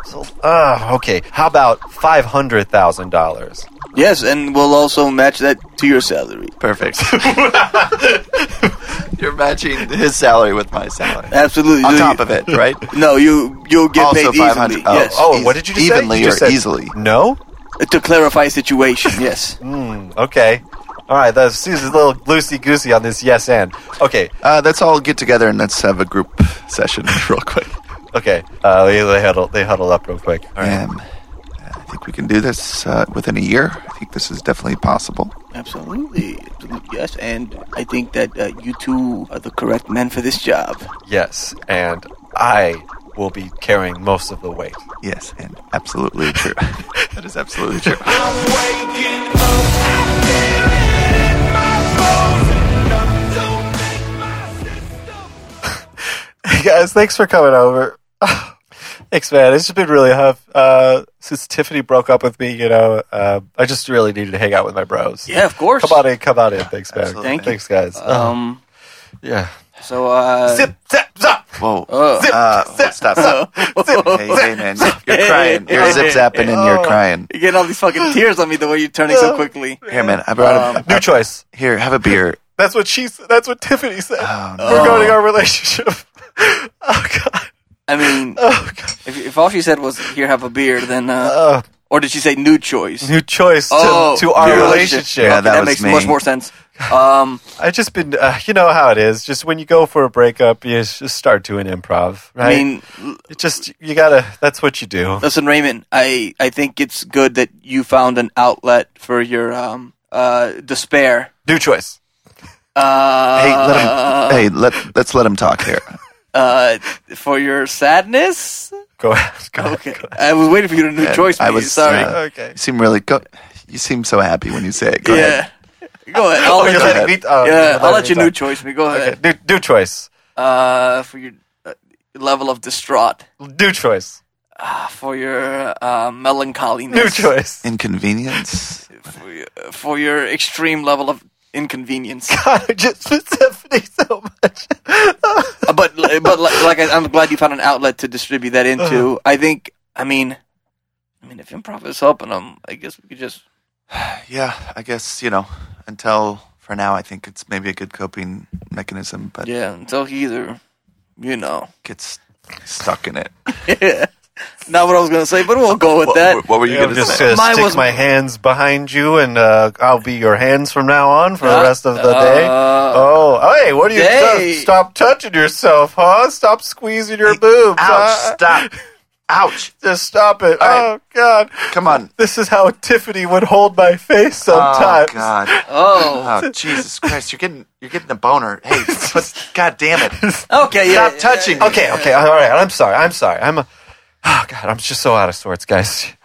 Speaker 4: So, uh, okay. How about five hundred thousand dollars?
Speaker 2: Yes, and we'll also match that to your salary.
Speaker 3: Perfect. You're matching his salary with my salary.
Speaker 2: Absolutely.
Speaker 3: On
Speaker 2: So
Speaker 3: top
Speaker 2: you-
Speaker 3: of it, right?
Speaker 2: No, you you'll get
Speaker 3: Also
Speaker 2: paid easily.
Speaker 3: 500. Oh,
Speaker 2: yes.
Speaker 4: Oh,
Speaker 3: Eas-
Speaker 4: what did you just
Speaker 3: evenly
Speaker 4: say? You just
Speaker 3: or
Speaker 4: said
Speaker 3: easily?
Speaker 4: No.
Speaker 2: To clarify situation, Mm, yes.
Speaker 4: Hmm, okay. All right. That Sue's a little loosey goosey on this yes and. Okay.
Speaker 3: Uh, let's all get together and let's have a group session real quick.
Speaker 4: Okay. Uh, they, they huddle. They huddle up real quick. All right.
Speaker 3: Um, I think we can do this uh, within a year. I think this is definitely possible.
Speaker 2: Absolutely. Absolutely, Yes, and I think that uh, you two are the correct men for this job.
Speaker 4: Yes, and I will be carrying most of the weight.
Speaker 3: Yes, and absolutely true. that is absolutely true.
Speaker 4: Hey guys, thanks for coming over. thanks, man. It's just been really tough. Uh, since Tiffany broke up with me, you know, uh, I just really needed to hang out with my bros.
Speaker 2: Yeah, of course.
Speaker 4: Come on in, come on in. Thanks, man.
Speaker 3: Absolutely.
Speaker 2: Thank you.
Speaker 4: Thanks, guys.
Speaker 2: Um.
Speaker 4: yeah.
Speaker 2: So, uh.
Speaker 4: Zip, zip, zap.
Speaker 3: Whoa.
Speaker 2: Uh,
Speaker 3: Uh, stop.
Speaker 2: Oh.
Speaker 3: hey, hey, man. You're crying. You're zip zapping and you're crying.
Speaker 2: you're getting all these fucking tears on me the way you're turning
Speaker 4: Uh.
Speaker 2: so quickly.
Speaker 3: Here, man. I brought
Speaker 4: New
Speaker 3: a,
Speaker 4: choice.
Speaker 3: Here, have a beer.
Speaker 4: That's what she. s- That's what Tiffany said
Speaker 2: Uh,
Speaker 3: Oh, no.
Speaker 4: regarding our relationship. oh god.
Speaker 2: I mean,
Speaker 4: Oh god.
Speaker 2: if, if all she said was "here, have a beer," then uh,
Speaker 4: Uh,
Speaker 2: or did she say "new choice"?
Speaker 4: new choice to,
Speaker 2: Oh,
Speaker 4: to our
Speaker 3: new
Speaker 4: relationship.
Speaker 3: Yeah,
Speaker 2: Okay,
Speaker 3: that
Speaker 2: that
Speaker 3: was
Speaker 2: makes
Speaker 3: me.
Speaker 2: much more sense. Um,
Speaker 4: I just been, uh, you know how it is. Just when you go for a breakup, you s- just start doing improv, right?
Speaker 2: I mean, l-
Speaker 4: It just you gotta. That's what you do.
Speaker 2: listen, Raymond, I I think it's good that you found an outlet for your um uh despair.
Speaker 4: New choice.
Speaker 2: Uh,
Speaker 3: Hey, let him. Hey, let let's let him talk here.
Speaker 2: uh, for your sadness.
Speaker 4: Go ahead. Go ahead,
Speaker 2: Okay,
Speaker 4: go
Speaker 2: I
Speaker 4: ahead.
Speaker 2: was waiting for you to new choice.
Speaker 3: I
Speaker 2: me.
Speaker 3: was,
Speaker 2: sorry.
Speaker 3: uh,
Speaker 4: Okay.
Speaker 3: You seem really go. You seem so happy when you say it. Go
Speaker 2: yeah,
Speaker 3: ahead.
Speaker 2: go ahead. I'll
Speaker 4: Oh,
Speaker 2: let
Speaker 4: you're
Speaker 2: you-
Speaker 4: letting me. Oh, you're
Speaker 2: yeah,
Speaker 4: letting
Speaker 2: I'll
Speaker 4: me
Speaker 2: let you
Speaker 4: talk.
Speaker 2: new choice me. Go ahead.
Speaker 4: Okay. New, new choice.
Speaker 2: Uh, for your uh, level of distraught.
Speaker 4: New choice.
Speaker 2: for your uh, melancholiness,
Speaker 4: New choice.
Speaker 3: Inconvenience.
Speaker 2: for your, for your extreme level of inconvenience.
Speaker 4: God, I just miss Tiffany so much.
Speaker 2: Uh, but but like, like I, I'm glad you found an outlet to distribute that
Speaker 4: Uh-huh.
Speaker 2: into. I think I mean, I mean, if improv is helping them, I guess we could just
Speaker 3: Yeah, I guess you know. Until for now, I think it's maybe a good coping mechanism, but
Speaker 2: yeah until he either, you know.
Speaker 3: gets stuck in it.
Speaker 2: Not what I was gonna say, but we'll go with that.
Speaker 3: what, what were you
Speaker 4: I'm
Speaker 3: going to
Speaker 4: just
Speaker 3: say?
Speaker 4: gonna
Speaker 2: Mine
Speaker 4: stick
Speaker 2: was-
Speaker 4: my hands behind you, and uh, I'll be your hands from now on for the
Speaker 2: Uh,
Speaker 4: rest of the day.
Speaker 2: uh,
Speaker 4: oh, hey, what are you?
Speaker 2: day.
Speaker 4: Stop, stop touching yourself, huh? Stop squeezing your boobs. huh?
Speaker 3: Ouch! Stop! Ouch!
Speaker 4: Just stop it.
Speaker 3: All
Speaker 4: Oh,
Speaker 3: right.
Speaker 4: God.
Speaker 3: Come on!
Speaker 4: This is how Tiffany would hold my face
Speaker 3: Oh
Speaker 4: sometimes.
Speaker 3: God!
Speaker 2: Oh,
Speaker 3: Oh Jesus Christ! You're getting you're getting a boner. Hey, but God damn it!
Speaker 2: okay, yeah,
Speaker 3: Stop touching me.
Speaker 4: Okay, okay, all right. I'm sorry. I'm sorry. I'm a. Oh God, I'm just so out of sorts, guys.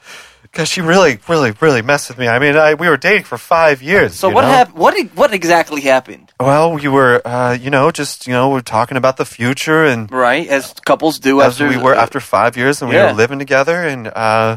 Speaker 4: Because she really, really, really messed with me. I mean, I, we were dating for five years.
Speaker 2: So
Speaker 4: you
Speaker 2: what
Speaker 4: know?
Speaker 2: happened? What e- what exactly happened?
Speaker 4: Well, we were, uh, you know, just you know, we're talking about the future, and
Speaker 2: Right, as couples do
Speaker 4: as
Speaker 2: after
Speaker 4: we were after five years, and we
Speaker 2: Yeah.
Speaker 4: were living together, and uh,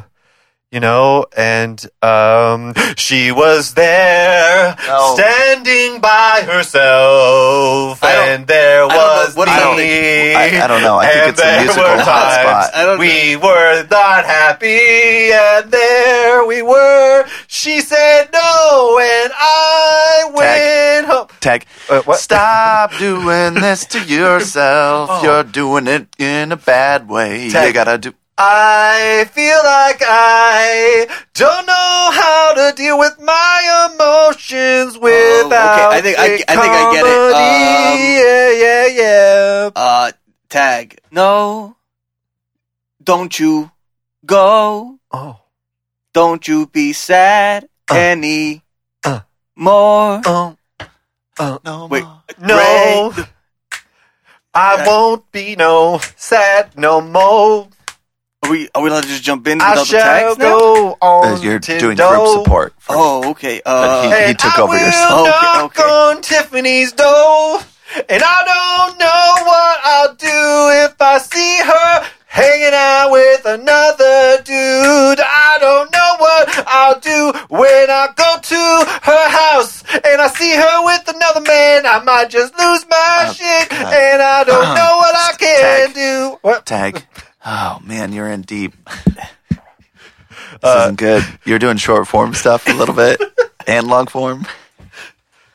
Speaker 4: you know, and um, she was there,
Speaker 3: No.
Speaker 4: standing by herself,
Speaker 2: I don't-
Speaker 4: and there
Speaker 2: don't know.
Speaker 4: was
Speaker 2: What do you
Speaker 4: me.
Speaker 3: think? I- I don't know. I think
Speaker 4: And
Speaker 3: it's a
Speaker 4: there
Speaker 3: musical
Speaker 4: were
Speaker 3: hotspot.
Speaker 4: times
Speaker 2: I don't
Speaker 4: we were not happy, and there we were. She said no, and I went home.
Speaker 3: Tag.
Speaker 4: Uh, what?
Speaker 3: Stop doing this to yourself. You're doing it in a bad way.
Speaker 4: Tag.
Speaker 3: You gotta do.
Speaker 4: I feel like I don't know how to deal with my emotions
Speaker 2: Oh, okay,
Speaker 4: without.
Speaker 2: I think I-
Speaker 4: a
Speaker 2: I think I get it. Um,
Speaker 4: comedy. yeah, yeah, yeah.
Speaker 2: Uh, tag. No, don't you go.
Speaker 4: Oh,
Speaker 2: Don't you be sad any
Speaker 4: uh,
Speaker 2: more.
Speaker 4: oh, oh.
Speaker 3: No,
Speaker 2: Wait,
Speaker 3: ma.
Speaker 4: No, I won't be no sad no more.
Speaker 2: Are we are we allowed to just jump in
Speaker 4: I
Speaker 2: without the
Speaker 4: shall
Speaker 2: tags now?
Speaker 4: go on.
Speaker 3: As you're
Speaker 4: to
Speaker 3: doing
Speaker 4: know.
Speaker 3: group support. For,
Speaker 2: Oh, okay.
Speaker 3: But
Speaker 2: Uh,
Speaker 3: he-
Speaker 4: And
Speaker 3: took
Speaker 4: I
Speaker 3: over your
Speaker 4: will
Speaker 2: stuff.
Speaker 4: knock
Speaker 2: Okay, okay.
Speaker 4: on Tiffany's door, and I don't know what I'll do if I see her hanging out with another dude. I don't know what I'll do when I go to her house and I see her with another man. I might just lose my
Speaker 3: Uh,
Speaker 4: shit,
Speaker 3: uh,
Speaker 4: and I don't
Speaker 3: uh,
Speaker 4: know what I can
Speaker 3: tag.
Speaker 4: do. What?
Speaker 3: Tag. Oh man, you're in deep. This
Speaker 4: Uh,
Speaker 3: isn't good. You're doing short form stuff a little bit and long form.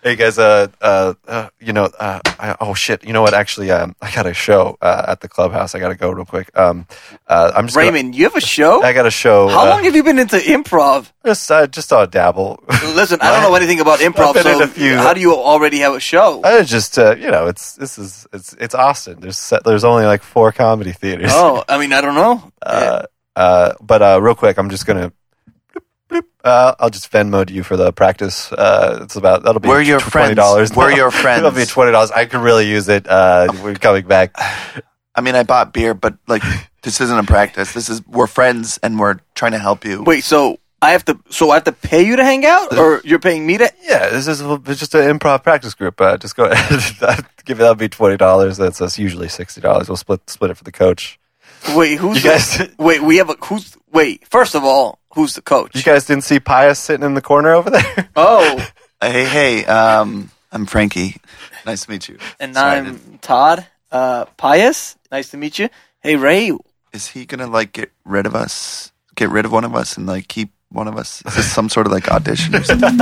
Speaker 4: Hey guys, uh, uh, uh you know, uh, I, oh shit, you know what? Actually, um, I got a show uh, at the clubhouse. I got to go real quick. Um, uh, I'm just gonna-
Speaker 2: Raymond, you have a show?
Speaker 4: I got a show.
Speaker 2: How
Speaker 4: uh,
Speaker 2: long have you been into improv?
Speaker 4: Just, I just saw a dabble.
Speaker 2: Listen, I don't know anything about
Speaker 4: I've
Speaker 2: improv,
Speaker 4: been in a few.
Speaker 2: so how do you already have a show?
Speaker 4: I was just, uh, you know, it's this is it's it's Austin. There's se- there's only like four comedy theaters.
Speaker 2: Oh, I mean, I don't know.
Speaker 4: Uh, uh, but uh, real quick, I'm just gonna. bloop, bloop, Uh, I'll just Venmo to you for the practice. Uh, it's about that'll be
Speaker 3: We're your
Speaker 4: twenty dollars.
Speaker 3: friends. We're your friends. Oh
Speaker 4: It'll be twenty dollars. I could really use it. Uh, we're coming back.
Speaker 3: I mean, I bought beer, but like this isn't a practice. This is we're friends and we're trying to help you.
Speaker 2: Wait, so I have to, so I have to pay you to hang out, or you're paying me to?
Speaker 4: Yeah, this is it's just an improv practice group. Uh, just go ahead. give that'll be twenty dollars. That's, that's usually sixty dollars. We'll split split it for the coach.
Speaker 2: Wait, who's?
Speaker 4: You guys-
Speaker 2: the, wait, we have a who's? Wait, first of all, who's the coach?
Speaker 4: You guys didn't see Pius sitting in the corner over there.
Speaker 2: oh,
Speaker 3: Hey, hey, um, I'm Frankie. Nice to meet you.
Speaker 2: and
Speaker 3: Sorry, I didn't-
Speaker 2: I'm Todd uh, Pius. Nice to meet you. Hey Ray,
Speaker 4: Oh,
Speaker 3: Is he gonna like get rid of us? Get rid of one of us and like keep one of us? Is this some sort of like audition or something?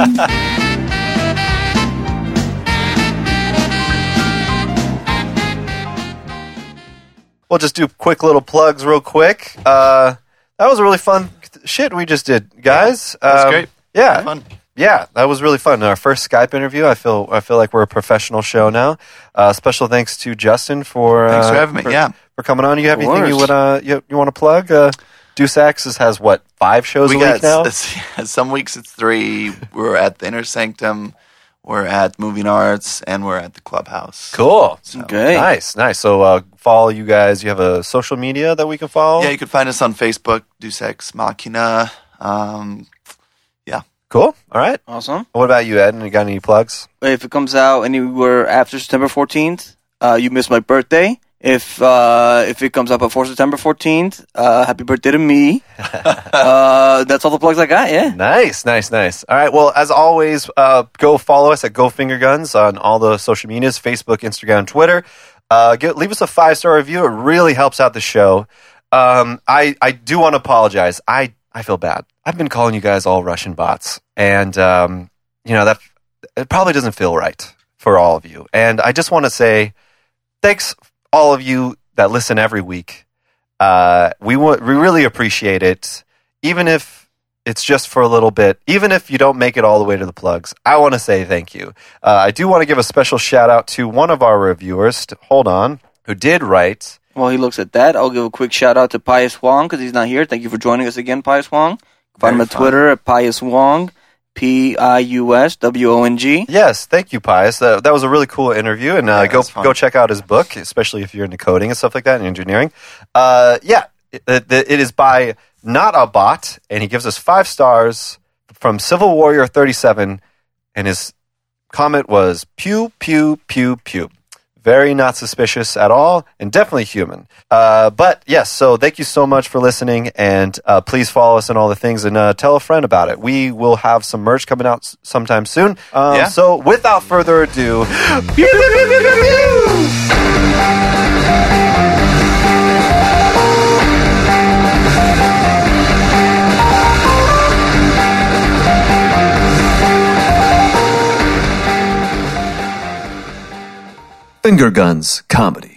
Speaker 4: We'll just do quick little plugs real quick. Uh, that was a really fun shit we just did, guys. Yeah,
Speaker 3: was great.
Speaker 4: Yeah,
Speaker 3: Fun.
Speaker 4: Yeah, that was really fun. Our first Skype interview. I feel I feel like we're a professional show now. Uh, special thanks to Justin for
Speaker 3: Thanks
Speaker 4: uh,
Speaker 3: for having me. Yeah.
Speaker 4: for coming on. You have
Speaker 2: Of
Speaker 4: anything you
Speaker 2: course.
Speaker 4: would uh, you, you want to plug? Uh, Deuce Axis has what five shows
Speaker 3: We
Speaker 4: a
Speaker 3: got
Speaker 4: week now.
Speaker 3: s- s- some weeks it's three. We're at the Inner Sanctum. We're at Moving Arts, and we're at the Clubhouse.
Speaker 4: Cool.
Speaker 2: okay,
Speaker 4: Nice, nice. So uh, follow you guys. You have a social media that we can follow.
Speaker 3: Yeah, you can find us on Facebook, Deus Ex Machina. Um,
Speaker 4: cool. All right.
Speaker 2: awesome.
Speaker 4: What about you, Ed? You got any plugs?
Speaker 2: if it comes out anywhere after September 14th, uh, you missed my birthday. If uh, if it comes out before September 14th, uh, happy birthday to me. uh, that's all the plugs I got. Yeah.
Speaker 4: Nice, nice, nice. All right. Well, as always, uh, go follow us at Go Finger Guns on all the social medias Facebook, Instagram, Twitter. Uh, get, leave us a five star review. It really helps out the show. Um, I, I do want to apologize. I, I feel bad. I've been calling you guys all Russian bots. And, um, you know, that it probably doesn't feel right for all of you. And I just want to say thanks, all of you that listen every week. Uh, we, wa- we really appreciate it. Even if it's just for a little bit. Even if you don't make it all the way to the plugs, I want to say thank you. Uh, I do want to give a special shout out to one of our reviewers. t- hold on, who did write?
Speaker 2: While he looks at that, I'll give a quick shout out to Pius Wong because he's not here. Thank you for joining us again, Pius Wong. Find him
Speaker 3: Very
Speaker 2: on
Speaker 3: fun.
Speaker 2: Twitter at Pius Wong, P I U S W O N G.
Speaker 4: Yes, thank you, Pius. That, that was a really cool interview, and uh,
Speaker 3: Yeah,
Speaker 4: go
Speaker 3: that's fun.
Speaker 4: go check out his book, especially if you're into coding and stuff like that and engineering. Uh, yeah, it, it- it is by not a bot, and he gives us five stars from Civil Warrior 37, and his comment was pew pew pew pew very not suspicious at all and definitely human uh, but yes so thank you so much for listening and uh, please follow us on all the things and uh, tell a friend about it we will have some merch coming out s- sometime soon um,
Speaker 3: Yeah.
Speaker 4: so without further ado pew, pew, pew, pew, pew, pew.
Speaker 7: Finger Guns Comedy.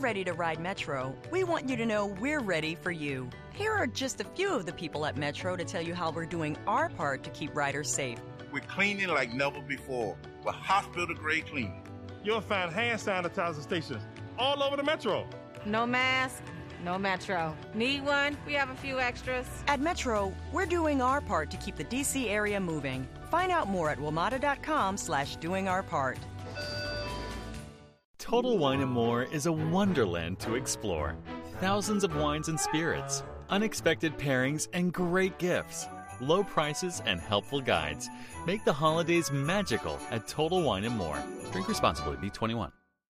Speaker 7: ready to ride Metro, we want you to know we're ready for you. Here are just a few of the people at Metro to tell you how we're doing our part to keep riders safe.
Speaker 8: We're cleaning like never before with hospital grade cleaning.
Speaker 9: You'll find hand sanitizer stations all over the metro.
Speaker 10: No mask, no metro. Need one? We have a few extras.
Speaker 7: At Metro, we're doing our part to keep the DC area moving. Find out more at WMATA.com slash doing our part.
Speaker 11: Total Wine and More is a wonderland to explore. Thousands of wines and spirits, unexpected pairings, and great gifts. Low prices and helpful guides make the holidays magical at Total Wine and More. Drink responsibly. Be 21.